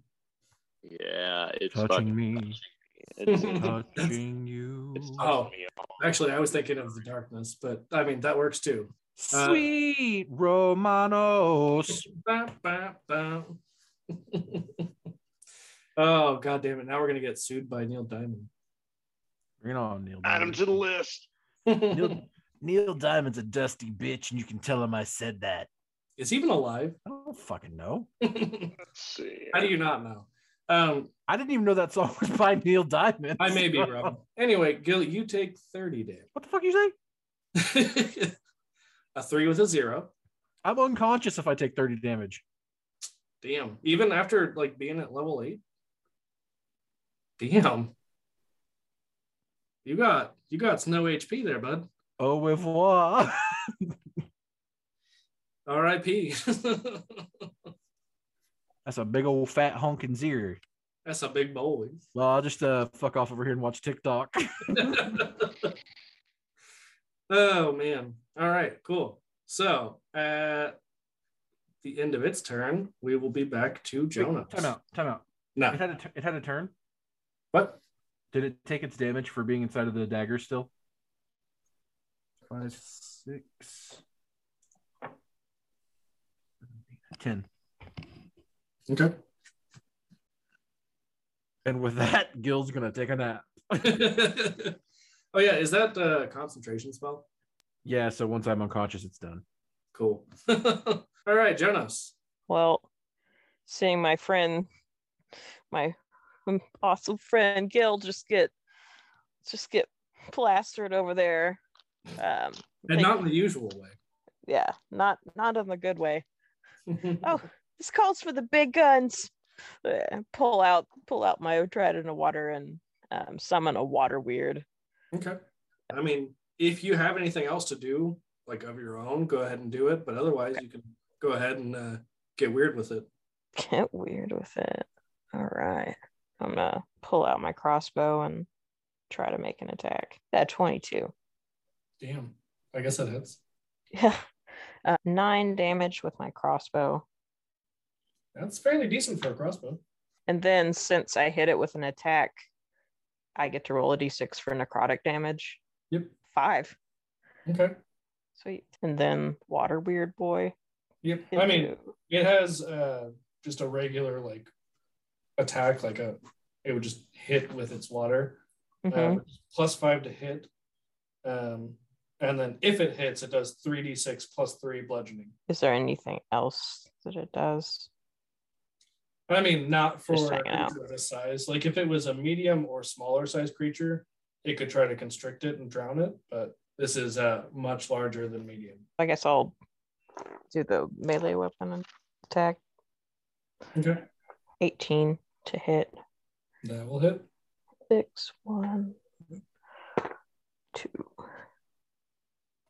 Yeah, it's Touching fucking me. It's, Touching you. it's touching Oh. me. Actually, I was thinking of the darkness, but I mean, that works too. Uh, Sweet Romanos. Ba, ba, ba. oh god damn it! Now we're gonna get sued by Neil Diamond. Bring it on, Neil. Add him Diamond. to the list. Neil, Neil Diamond's a dusty bitch, and you can tell him I said that. Is he even alive? I don't fucking know. How Let's see. do you not know? Um, I didn't even know that song was by Neil Diamond. I may be wrong. Anyway, Gil, you take thirty What the fuck you say? damage. a three with a zero. I'm unconscious if I take 30 damage. Damn. Even after like being at level eight. Damn. You got you got no HP there, bud. Au revoir. R.I.P. That's a big old fat honking zero. That's a big bowl. Well, I'll just uh, fuck off over here and watch TikTok. oh man. All right, cool. So at the end of its turn, we will be back to Jonas. Time out. Time out. It No. had, a t- it had a turn. What? Did it take its damage for being inside of the dagger still? Five, six, ten. Okay. And with that, Gil's going to take a nap. oh yeah, is that a concentration spell? Yeah, so once I'm unconscious, it's done. Cool. All right, Jonas. Well, seeing my friend, my um, awesome friend Gil, just get just get plastered over there. Um, And Thank not in the usual way. yeah, not not in the good way. Oh. This calls for the big guns. Uh, pull out, pull out my trident of water and um, summon a water weird. okay. I mean, if you have anything else to do, like of your own, go ahead and do it. But otherwise, you can go ahead and uh, get weird with it. Get weird with it. All right, I'm gonna pull out my crossbow and try to make an attack. That 22. Damn. I guess that hits. Yeah. Uh, nine damage with my crossbow. That's fairly decent for a crossbow. And then since I hit it with an attack, I get to roll a d6 for necrotic damage. Yep. Five. Okay. Sweet. And then water weird boy. Yep. hit I mean, you. it has uh, just a regular like attack, like a it would just hit with its water. Mhm. uh, plus five to hit. Um, and then if it hits, it does 3d6 plus three bludgeoning. Is there anything else that it does? I mean, not for Just a checking out. creature of this size. Like if it was a medium or smaller size creature, it could try to constrict it and drown it, but this is uh, much larger than medium. I guess I'll do the melee weapon attack. Okay. 18 to hit. That will hit. Six, one, two,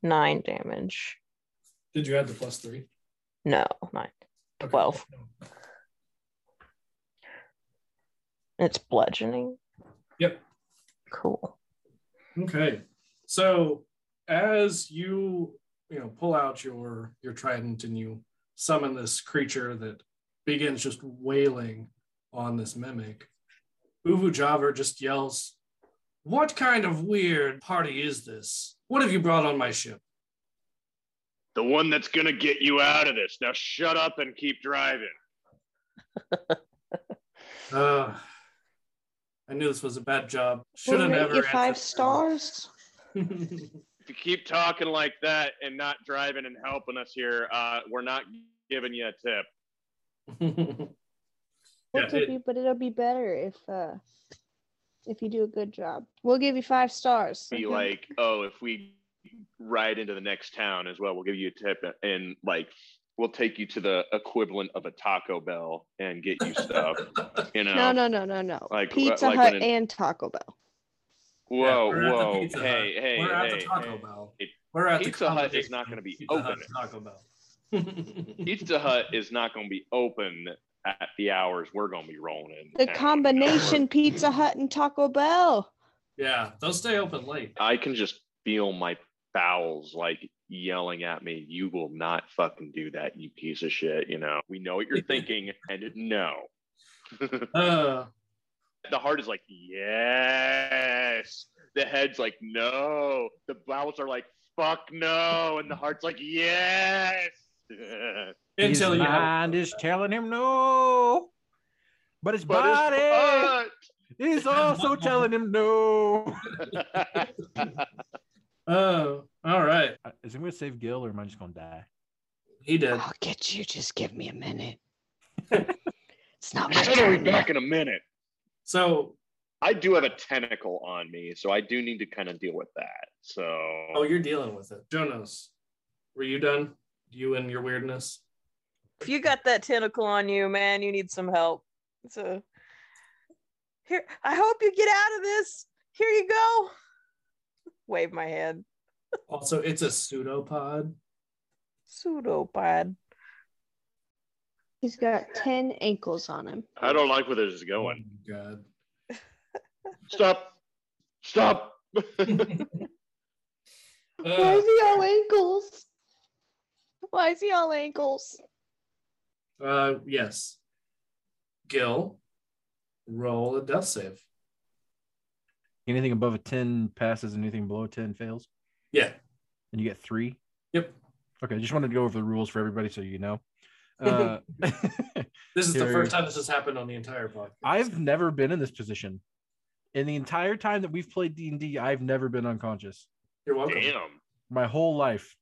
nine damage. Did you add the plus three? No, nine. Okay. Twelve. It's bludgeoning. Yep. Cool. Okay. So as you you know pull out your your trident and you summon this creature that begins just wailing on this mimic, Uvu Javar just yells, What kind of weird party is this? What have you brought on my ship? The one that's going to get you out of this. Now shut up and keep driving. Uh, I knew this was a bad job. Should We'll have rate never you answered five that. stars. If you keep talking like that and not driving and helping us here, uh, we're not giving you a tip. We'll Yeah, tip it- you, but it'll be better if uh if you do a good job. We'll give you five stars. Be like, oh, if we ride into the next town as well, we'll give you a tip and like we'll take you to the equivalent of a Taco Bell and get you stuff. you know? no, no, no, no, no. Like- Pizza like when Hut it- and Taco Bell. Whoa, we're at the whoa. Pizza Hut. Hey, hey, We're at hey. the Taco hey. Bell. It- We're at Pizza Hut is combination not gonna be of Pizza Hut open. and Taco Bell. Pizza Hut is not going to be open at the hours we're going to be rolling in. The town. combination Pizza Hut and Taco Bell. yeah, they'll stay open late. I can just feel my bowels like yelling at me, you will not fucking do that, you piece of shit. You know, we know what you're thinking, and no. the Uh, heart is like, yes. The head's like, no. The bowels are like, fuck no. And the heart's like, yes. Until His you mind is telling him no, but his But body it's is also telling him no. but. Oh, all right. Uh, Is anyone gonna save Gil, or am I just gonna die? He did. I'll get you. Just give me a minute. it's not my I'll turn. yet. be back in a minute. So, I do have a tentacle on me, so I do need to kind of deal with that. So oh, you're dealing with it. Jonas, were you done? You and your weirdness? if you got that tentacle on you, man, you need some help. So here, I hope you get out of this. Here you go. Wave my hand. Also, it's a pseudopod. Pseudopod. He's got 10 ankles on him. I don't like where this is going. Oh, my God. Stop. Stop. Why Uh, is he all ankles? Why is he all ankles? Um, uh, yes. Gil, roll a death save. Anything above a ten passes, and anything below a ten fails, Yeah. and you get three. Yep. Okay, I just wanted to go over the rules for everybody so you know. Uh, This is the Here. first time this has happened on the entire podcast. I've never been in this position. In the entire time that we've played D and I've never been unconscious. You're welcome. Damn. My whole life,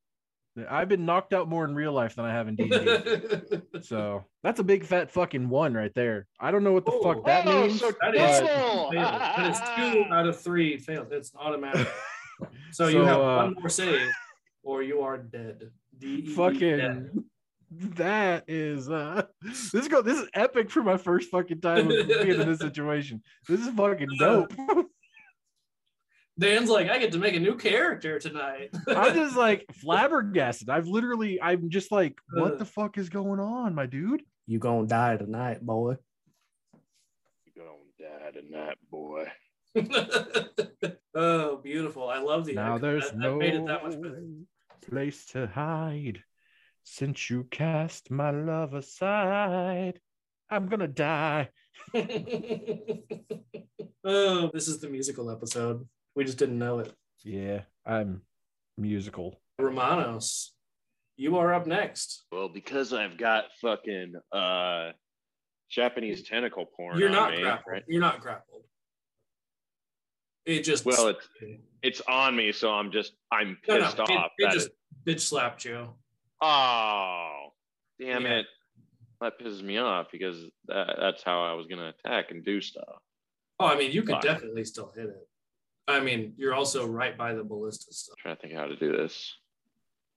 I've been knocked out more in real life than I have in D and So that's a big fat fucking one right there. I don't know what the Oh. fuck that oh, means. so That is, double. that is two out of three failed. It's automatic. So, you So, have uh, one more save, or you are dead. E D-E-E, dead. fucking that is uh this go this is epic for my first fucking time of being in this situation. This is fucking dope. Dan's like, I get to make a new character tonight. I'm just like flabbergasted. I've literally I'm just like, Uh. what the fuck is going on, my dude? You gonna die tonight, boy. You're gonna die tonight, boy. oh, beautiful! I love the. Now echo. there's That- no that made it that much better. place to hide. Since you cast my love aside, I'm gonna die. oh, this is the musical episode. We just didn't know it. Yeah, I'm musical. Romanos, you are up next. Well, because I've got fucking uh Japanese tentacle porn. You're on not me, grappled. right? You're not grappled. It just Well, it's it's on me, so I'm just I'm no, no, pissed it, off. it that just it- bitch slapped you. oh, damn Yeah. it! That pisses me off because that, that's how I was gonna attack and do stuff. Oh, I mean, you could Fuck. definitely still hit it. I mean, you're also right by the ballista stuff. I'm trying to think how to do this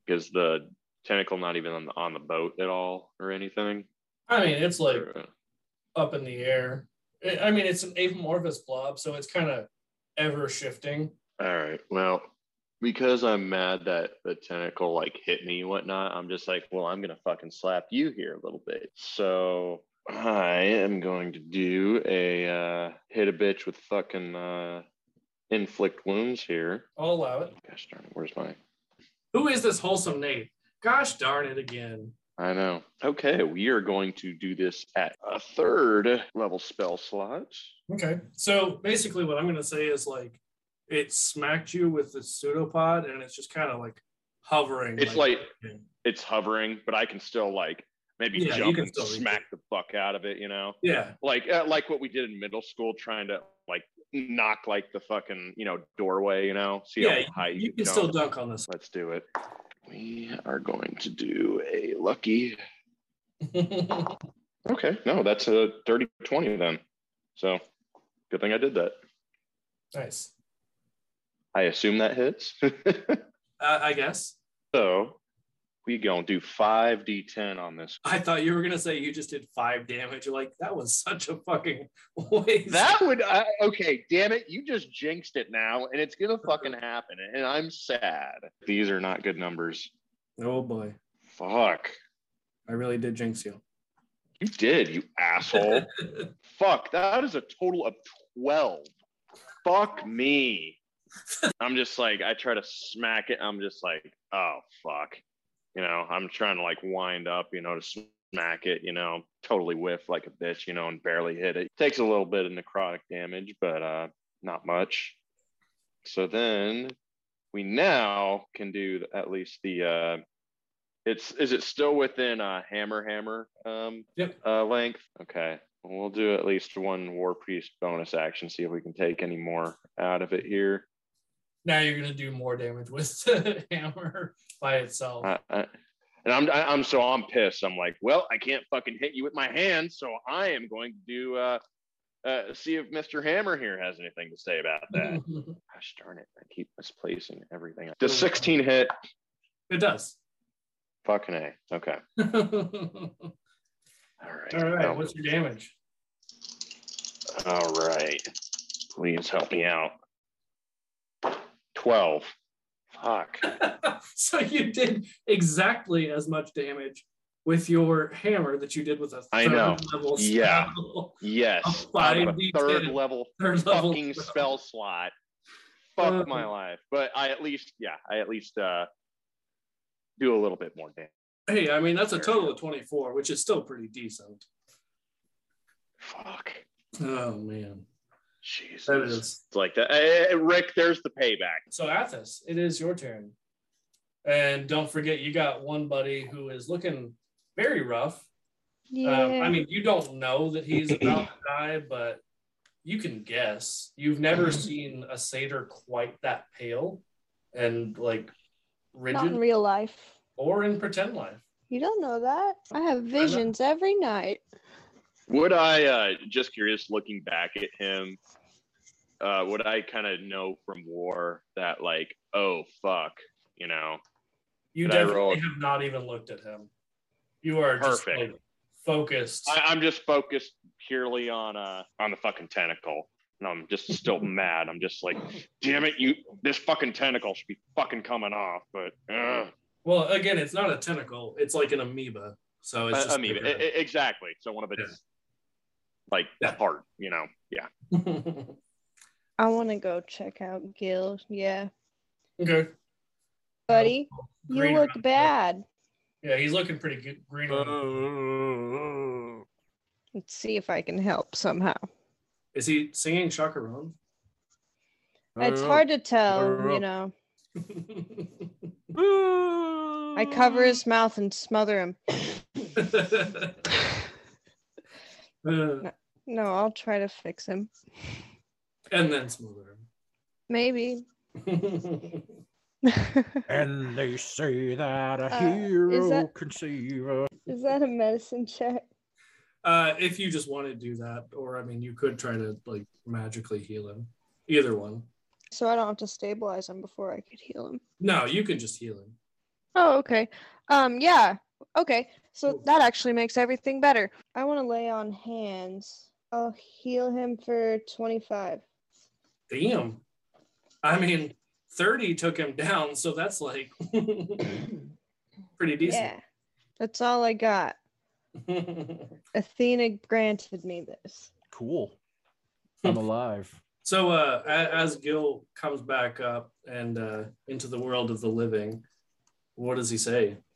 because the tentacle not even on the on the boat at all or anything. I mean, it's like Or- up in the air. I- I mean, it's an amorphous blob, so it's kind of ever shifting. uh, All right. Well, because I'm mad that the tentacle like hit me and whatnot, I'm just like, well, I'm gonna fucking slap you here a little bit. So I am going to do a uh, hit a bitch with fucking uh, inflict wounds here. I'll allow it. Gosh darn it, where's my? Who is this wholesome Nate? Gosh darn it again. I know. Okay, we are going to do this at a third level spell slot. Okay. So basically, what I'm going to say is like, it smacked you with the pseudopod, and it's just kind of like hovering. It's It's hovering, but I can still like maybe Yeah, you jump can and still reach smack the fuck out of it, you know? yeah, like uh, like what we did in middle school trying to like knock like the fucking you know doorway you know see Yeah, how high you, you can can jump. still dunk on this. let's do it we are going to do a lucky okay no that's a 30 20 then so good thing i did that nice. i assume that hits Uh, I guess. so we gonna do 5d10 on this I thought you were gonna say you just did five damage. You're like, that was such a fucking waste. That would I, okay. Damn it! You just jinxed it now, and it's gonna fucking happen, and I'm sad. These are not good numbers. oh boy, Fuck! I really did jinx you. You did, you asshole. Fuck! That is a total of twelve. Fuck me. I'm just like I try to smack it. I'm just like, oh fuck. You know, I'm trying to like wind up. You know, to smack it. You know, totally whiff like a bitch. You know, and barely hit it. Takes a little bit of necrotic damage, but uh, not much. So then we now can do at least the uh it's is it still within uh hammer hammer um Yep. uh length okay we'll do at least one war priest bonus action see if we can take any more out of it here Now you're gonna do more damage with the hammer by itself. I, I, and I'm I, I'm so I'm pissed. I'm like, well, I can't fucking hit you with my hand, so I am going to do uh, uh see if Mr. Hammer here has anything to say about Hmm. that. Gosh darn it, I keep misplacing everything. The 16 hit? it does. Fucking a. Okay. All All right. right. Well, What's your damage? all right. Please help me out. Twelve. Fuck. so you did exactly as much damage with your hammer that you did with a third I know. level Yeah. spell. Yes. A out of a 5d10. third level Third level fucking spell. spell slot. Fuck Um, my life. But I at least, yeah, I at least uh do a little bit more damage. Hey, I mean that's a total of 24, which is still pretty decent. Fuck. Oh man. Jesus. That is. It's like that. Eh, eh, Rick, there's the payback. So Athos, it is your turn. And don't forget you got one buddy who is looking very rough. Yeah. Um, I mean, you don't know that he's about to die, but you can guess. You've never Mm-hmm. seen a satyr quite that pale and like rigid not in real life. or in pretend life. You don't know that. I have visions every night. Would I uh just curious looking back at him, uh would I kind of know from war that like, oh fuck, you know, You Did I roll? definitely have not even looked at him. You are just Perfect. like, focused. I, I'm just focused purely on uh on the fucking tentacle. And I'm just still mad. I'm just like, damn it, you this fucking tentacle should be fucking coming off, but uh, well, again, it's not a tentacle. It's like an amoeba. So it's I, just I mean e- bigger. e- exactly. So one of it's Yeah. like Yeah. part, you know. Yeah. I want to go check out Gil. Yeah. okay. Buddy, you Green look around the- bad. Yeah, he's looking pretty good. Green. Oh. around- Uh, Let's see if I can help somehow. Is he singing Chacaron? It's hard to tell, you Ruh-roh. know. I I cover his mouth and smother him. Uh, No, I'll try to fix him. and then smoother. Maybe. All Is Uh, And they say that a Uh, is hero that- can save a that a medicine check? uh, if you just want to do that, or I mean, you could try to like magically heal him. Either one. So I don't have to stabilize him before I could heal him. No, you can just heal him. Oh, okay. Um, yeah. Okay. So Cool. that actually makes everything better. I want to lay on hands. I'll heal him for 25. Damn. I mean, 30 took him down, so that's like pretty decent. Yeah. That's all I got. Athena granted me this. cool. I'm alive. so uh, a- as Gil comes back up and uh, into the world of the living, what does he say?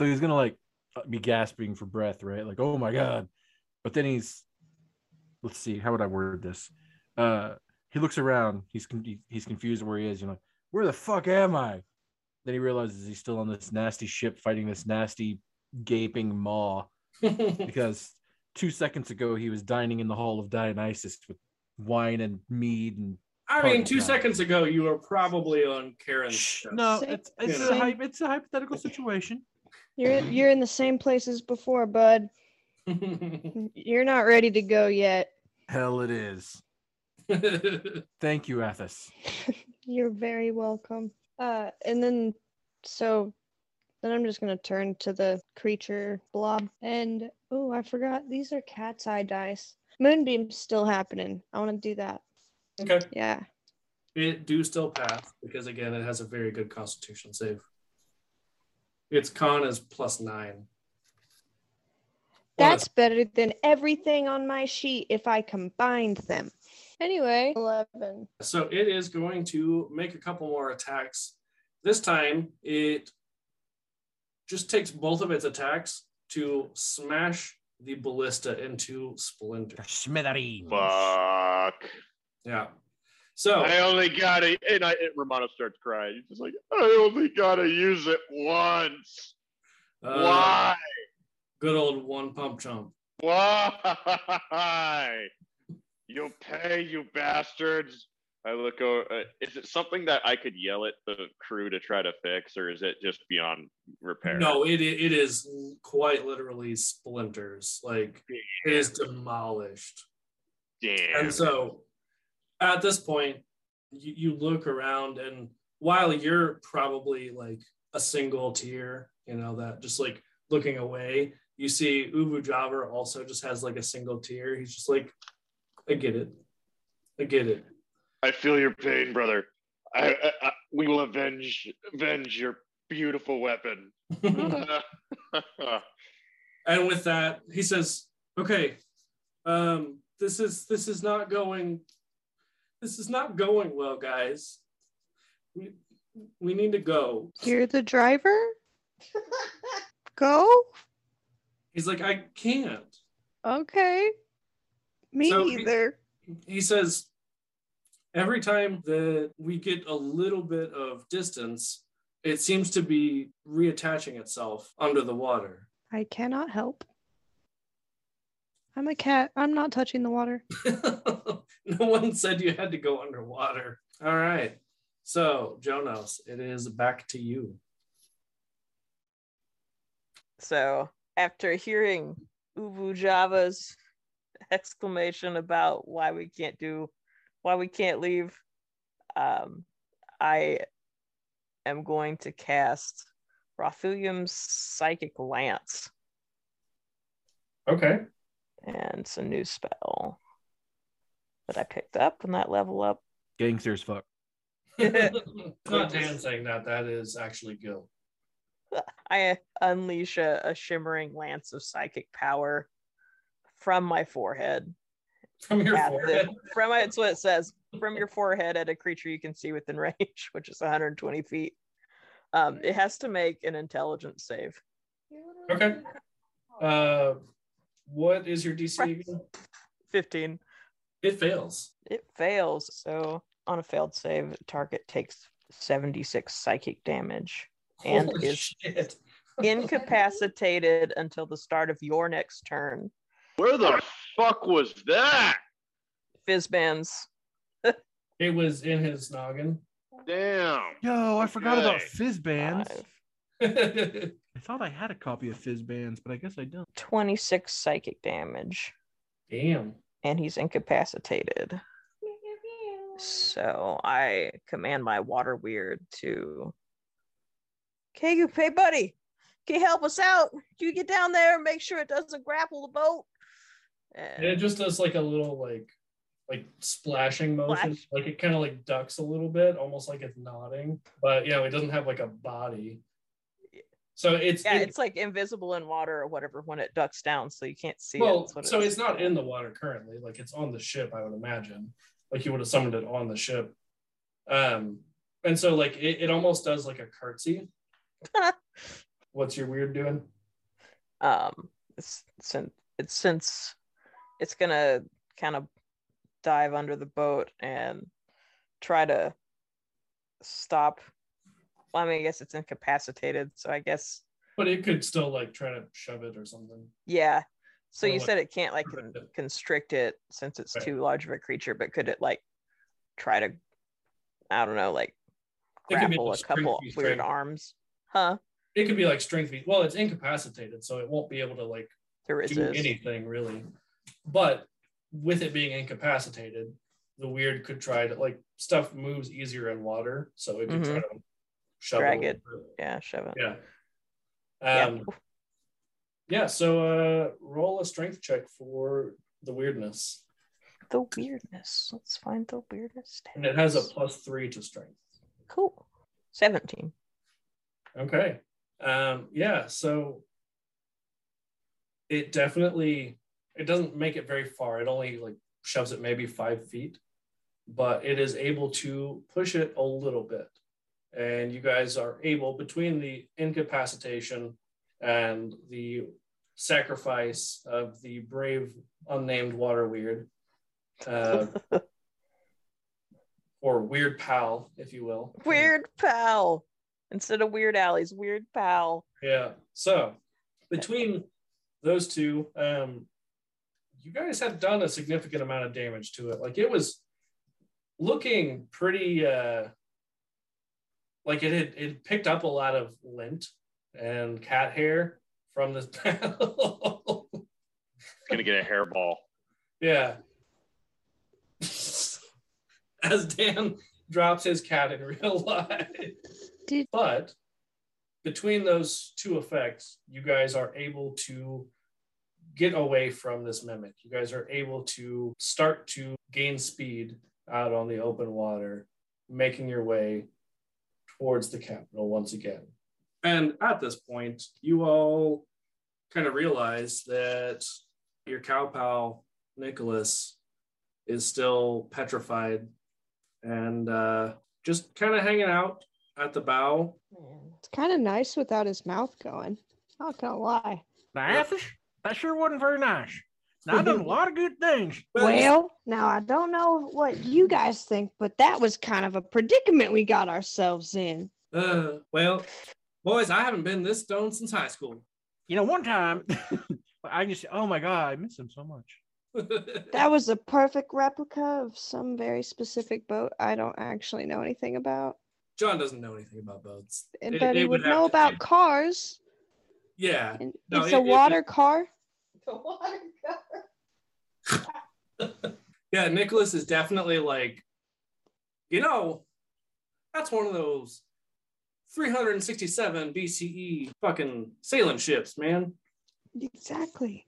So he's gonna like be gasping for breath, right? Like, oh my god. But then he's let's see, how would I word this? Uh he looks around, he's con- he- he's confused where he is, you know, where the fuck am I? Then he realizes he's still on this nasty ship fighting this nasty gaping maw because two seconds ago he was dining in the hall of Dionysus with wine and mead and I mean, two Pardon. seconds ago, you were probably on Karen's show. no, Say- it's it's Yeah. a hy- it's a hypothetical situation. You're you're in the same place as before, bud. You're not ready to go yet. Hell it is. Thank you, Athos. You're very welcome. Uh, and then so then I'm just gonna turn to the creature blob and oh, I forgot these are cat's eye dice. Moonbeam's still happening. I want to do that. okay. Yeah. It do still pass because again, it has a very good Constitution save. Its con is plus nine. That's better than everything on my sheet if I combined them. Anyway, 11. So it is going to make a couple more attacks. This time, it just takes both of its attacks to smash the ballista into splinters. Smithereens. Fuck. Yeah. So I only gotta, and I and Romano starts crying. He's just like, I only gotta use it once. uh, Why? Good old one pump chump. Why? You pay, you bastards. I look over. Uh, is it something that I could yell at the crew to try to fix, or is it just beyond repair? No, it it is quite literally splinters. Like it is demolished. Damn. And so at this point, you, you look around, and while you're probably like a single tear, you know, that just like looking away, you see Ubu Jabber also just has like a single tear. He's just like, I get it. I get it. I feel your pain, brother. I, I, I we will avenge avenge your beautiful weapon. and with that he says okay um this is this is not going this is not going well guys we we need to go You're the driver? Go? he's like i can't Okay. Me So he- either. he says every time that we get a little bit of distance it seems to be reattaching itself under the water I cannot help. I'm a cat. I'm not touching the water. no one said you had to go underwater. All right. So, Jonas, it is back to you. So after hearing Ubu Java's exclamation about why we can't do why we can't leave, um, I am going to cast Rothulium's psychic lance. Okay. And it's a new spell that I picked up and that level up. Gangsters fuck. It's not Dan saying that. That is actually Gil. I unleash a, a shimmering lance of psychic power from my forehead. From your at the- forehead. from it's what it says from your forehead at a creature you can see within range, which is 120 feet. Um, it has to make an intelligence save. Okay. Uh, what is your DC? again? 15. It fails. It fails. So on a failed save, the target takes 76 psychic damage and Holy is shit. incapacitated until the start of your next turn. Where the fuck was that? Fizban's It was in his noggin. Damn. Yo, I forgot about Okay. Fizz bands. five, Damn. I thought I had a copy of Fizz bands, but I guess I don't. 26 psychic damage, and he's incapacitated. So I command my water weird to Kagu, hey buddy, can you help us out? You get down there and make sure it doesn't grapple the boat. And it And just does like a little like like splashing motion. Splash. Like it kind of like ducks a little bit, almost like it's nodding. But you know, it doesn't have like a body. So it's yeah, it- it's like invisible in water or whatever when it ducks down, so you can't see it. well, That's what it so is. it's not in the water currently. Like it's on the ship, I would imagine. Like you would have summoned it on the ship. Um, and so like it, it almost does like a curtsy. What's your weird doing? um it's since it's since it's gonna kind of dive under the boat and try to stop well, i mean i guess it's incapacitated so i guess But it could still like try to shove it or something. yeah so Or you like- said it can't like con- constrict it since it's Right. too large of a creature but could it like try to i don't know like It could be grapple a like string couple through weird string. arms huh It could be like strength. Well, it's incapacitated, so it won't be able to like to do resist anything really. But with it being incapacitated, the weird could try to like stuff moves easier in water, so it could try to shove Mm-hmm. Drag it. a little yeah shove it bit. Yeah. Um, yeah. So uh, roll a strength check for the weirdness, the weirdness let's find the weirdness and it has a tabs. plus three to strength. Cool. 17. Okay. Um, yeah, so it definitely it doesn't make it very far. It only like shoves it maybe five feet, but it is able to push it a little bit. And you guys are able between the incapacitation and the sacrifice of the brave unnamed water weird. Uh, or weird pal, if you will. Weird pal. Instead of Weird Alley's Weird Pal. Yeah. So between those two, um, you guys had done a significant amount of damage to it. Like it was looking pretty uh like it had it picked up a lot of lint and cat hair from this battle. gonna get a hairball. yeah. As Dan drops his cat in real life. Did- But between those two effects, you guys are able to get away from this mimic. You guys are able to start to gain speed out on the open water, making your way towards the capital once again. And at this point, you all kind of realize that your cow pal, Nicholas, is still petrified and uh, just kind of hanging out at the bow. It's kind of nice without his mouth going. Not gonna lie. That, that sure wasn't very nice. Now, I done a lot of good things. Well, now I don't know what you guys think, but that was kind of a predicament we got ourselves in. Uh, well, boys, I haven't been this stoned since high school. You know, one time I just, oh my God, I miss him so much. That was a perfect replica of some very specific boat I don't actually know anything about. John doesn't know anything about boats. And It- Betty it would, would have know to about be. cars. Yeah. And No, it's it- a it- water car. Yeah, Nicholas is definitely like, you know, that's one of those 367 BCE E fucking sailing ships, man. Exactly.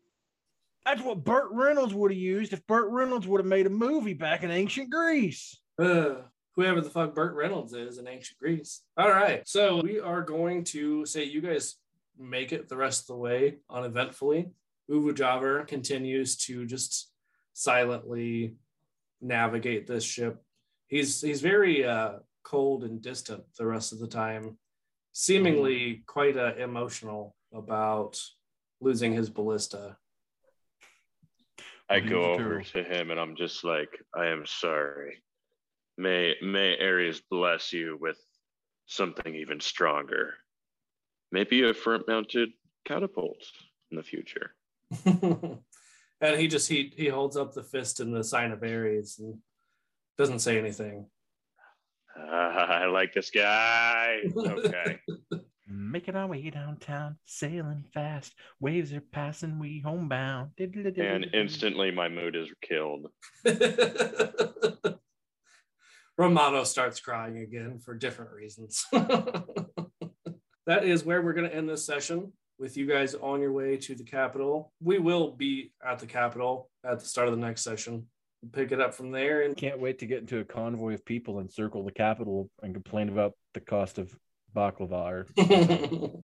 That's what Burt Reynolds would have used if Burt Reynolds would have made a movie back in ancient Greece. Uh, whoever the fuck Burt Reynolds is in ancient Greece. All right. So we are going to say you guys make it the rest of the way uneventfully. Uvu Javar continues to just silently navigate this ship. He's he's very uh, cold and distant the rest of the time, seemingly quite uh, emotional about losing his ballista. I He's go a over to him and I'm just like, I am sorry. May May Aries bless you with something even stronger. Maybe a front mounted catapult in the future. and he just he he holds up the fist in the sign of Aries and doesn't say anything. Ah, I like this guy. Okay. Making our way downtown, sailing fast. Waves are passing, we homebound. and instantly my mood is killed. Romano starts crying again for different reasons. that is where we're going to end this session with you guys on your way to the Capitol. We will be at the Capitol at the start of the next session. We'll pick it up from there. And Can't wait to get into a convoy of people and circle the capital and complain about the cost of baklava or yeah.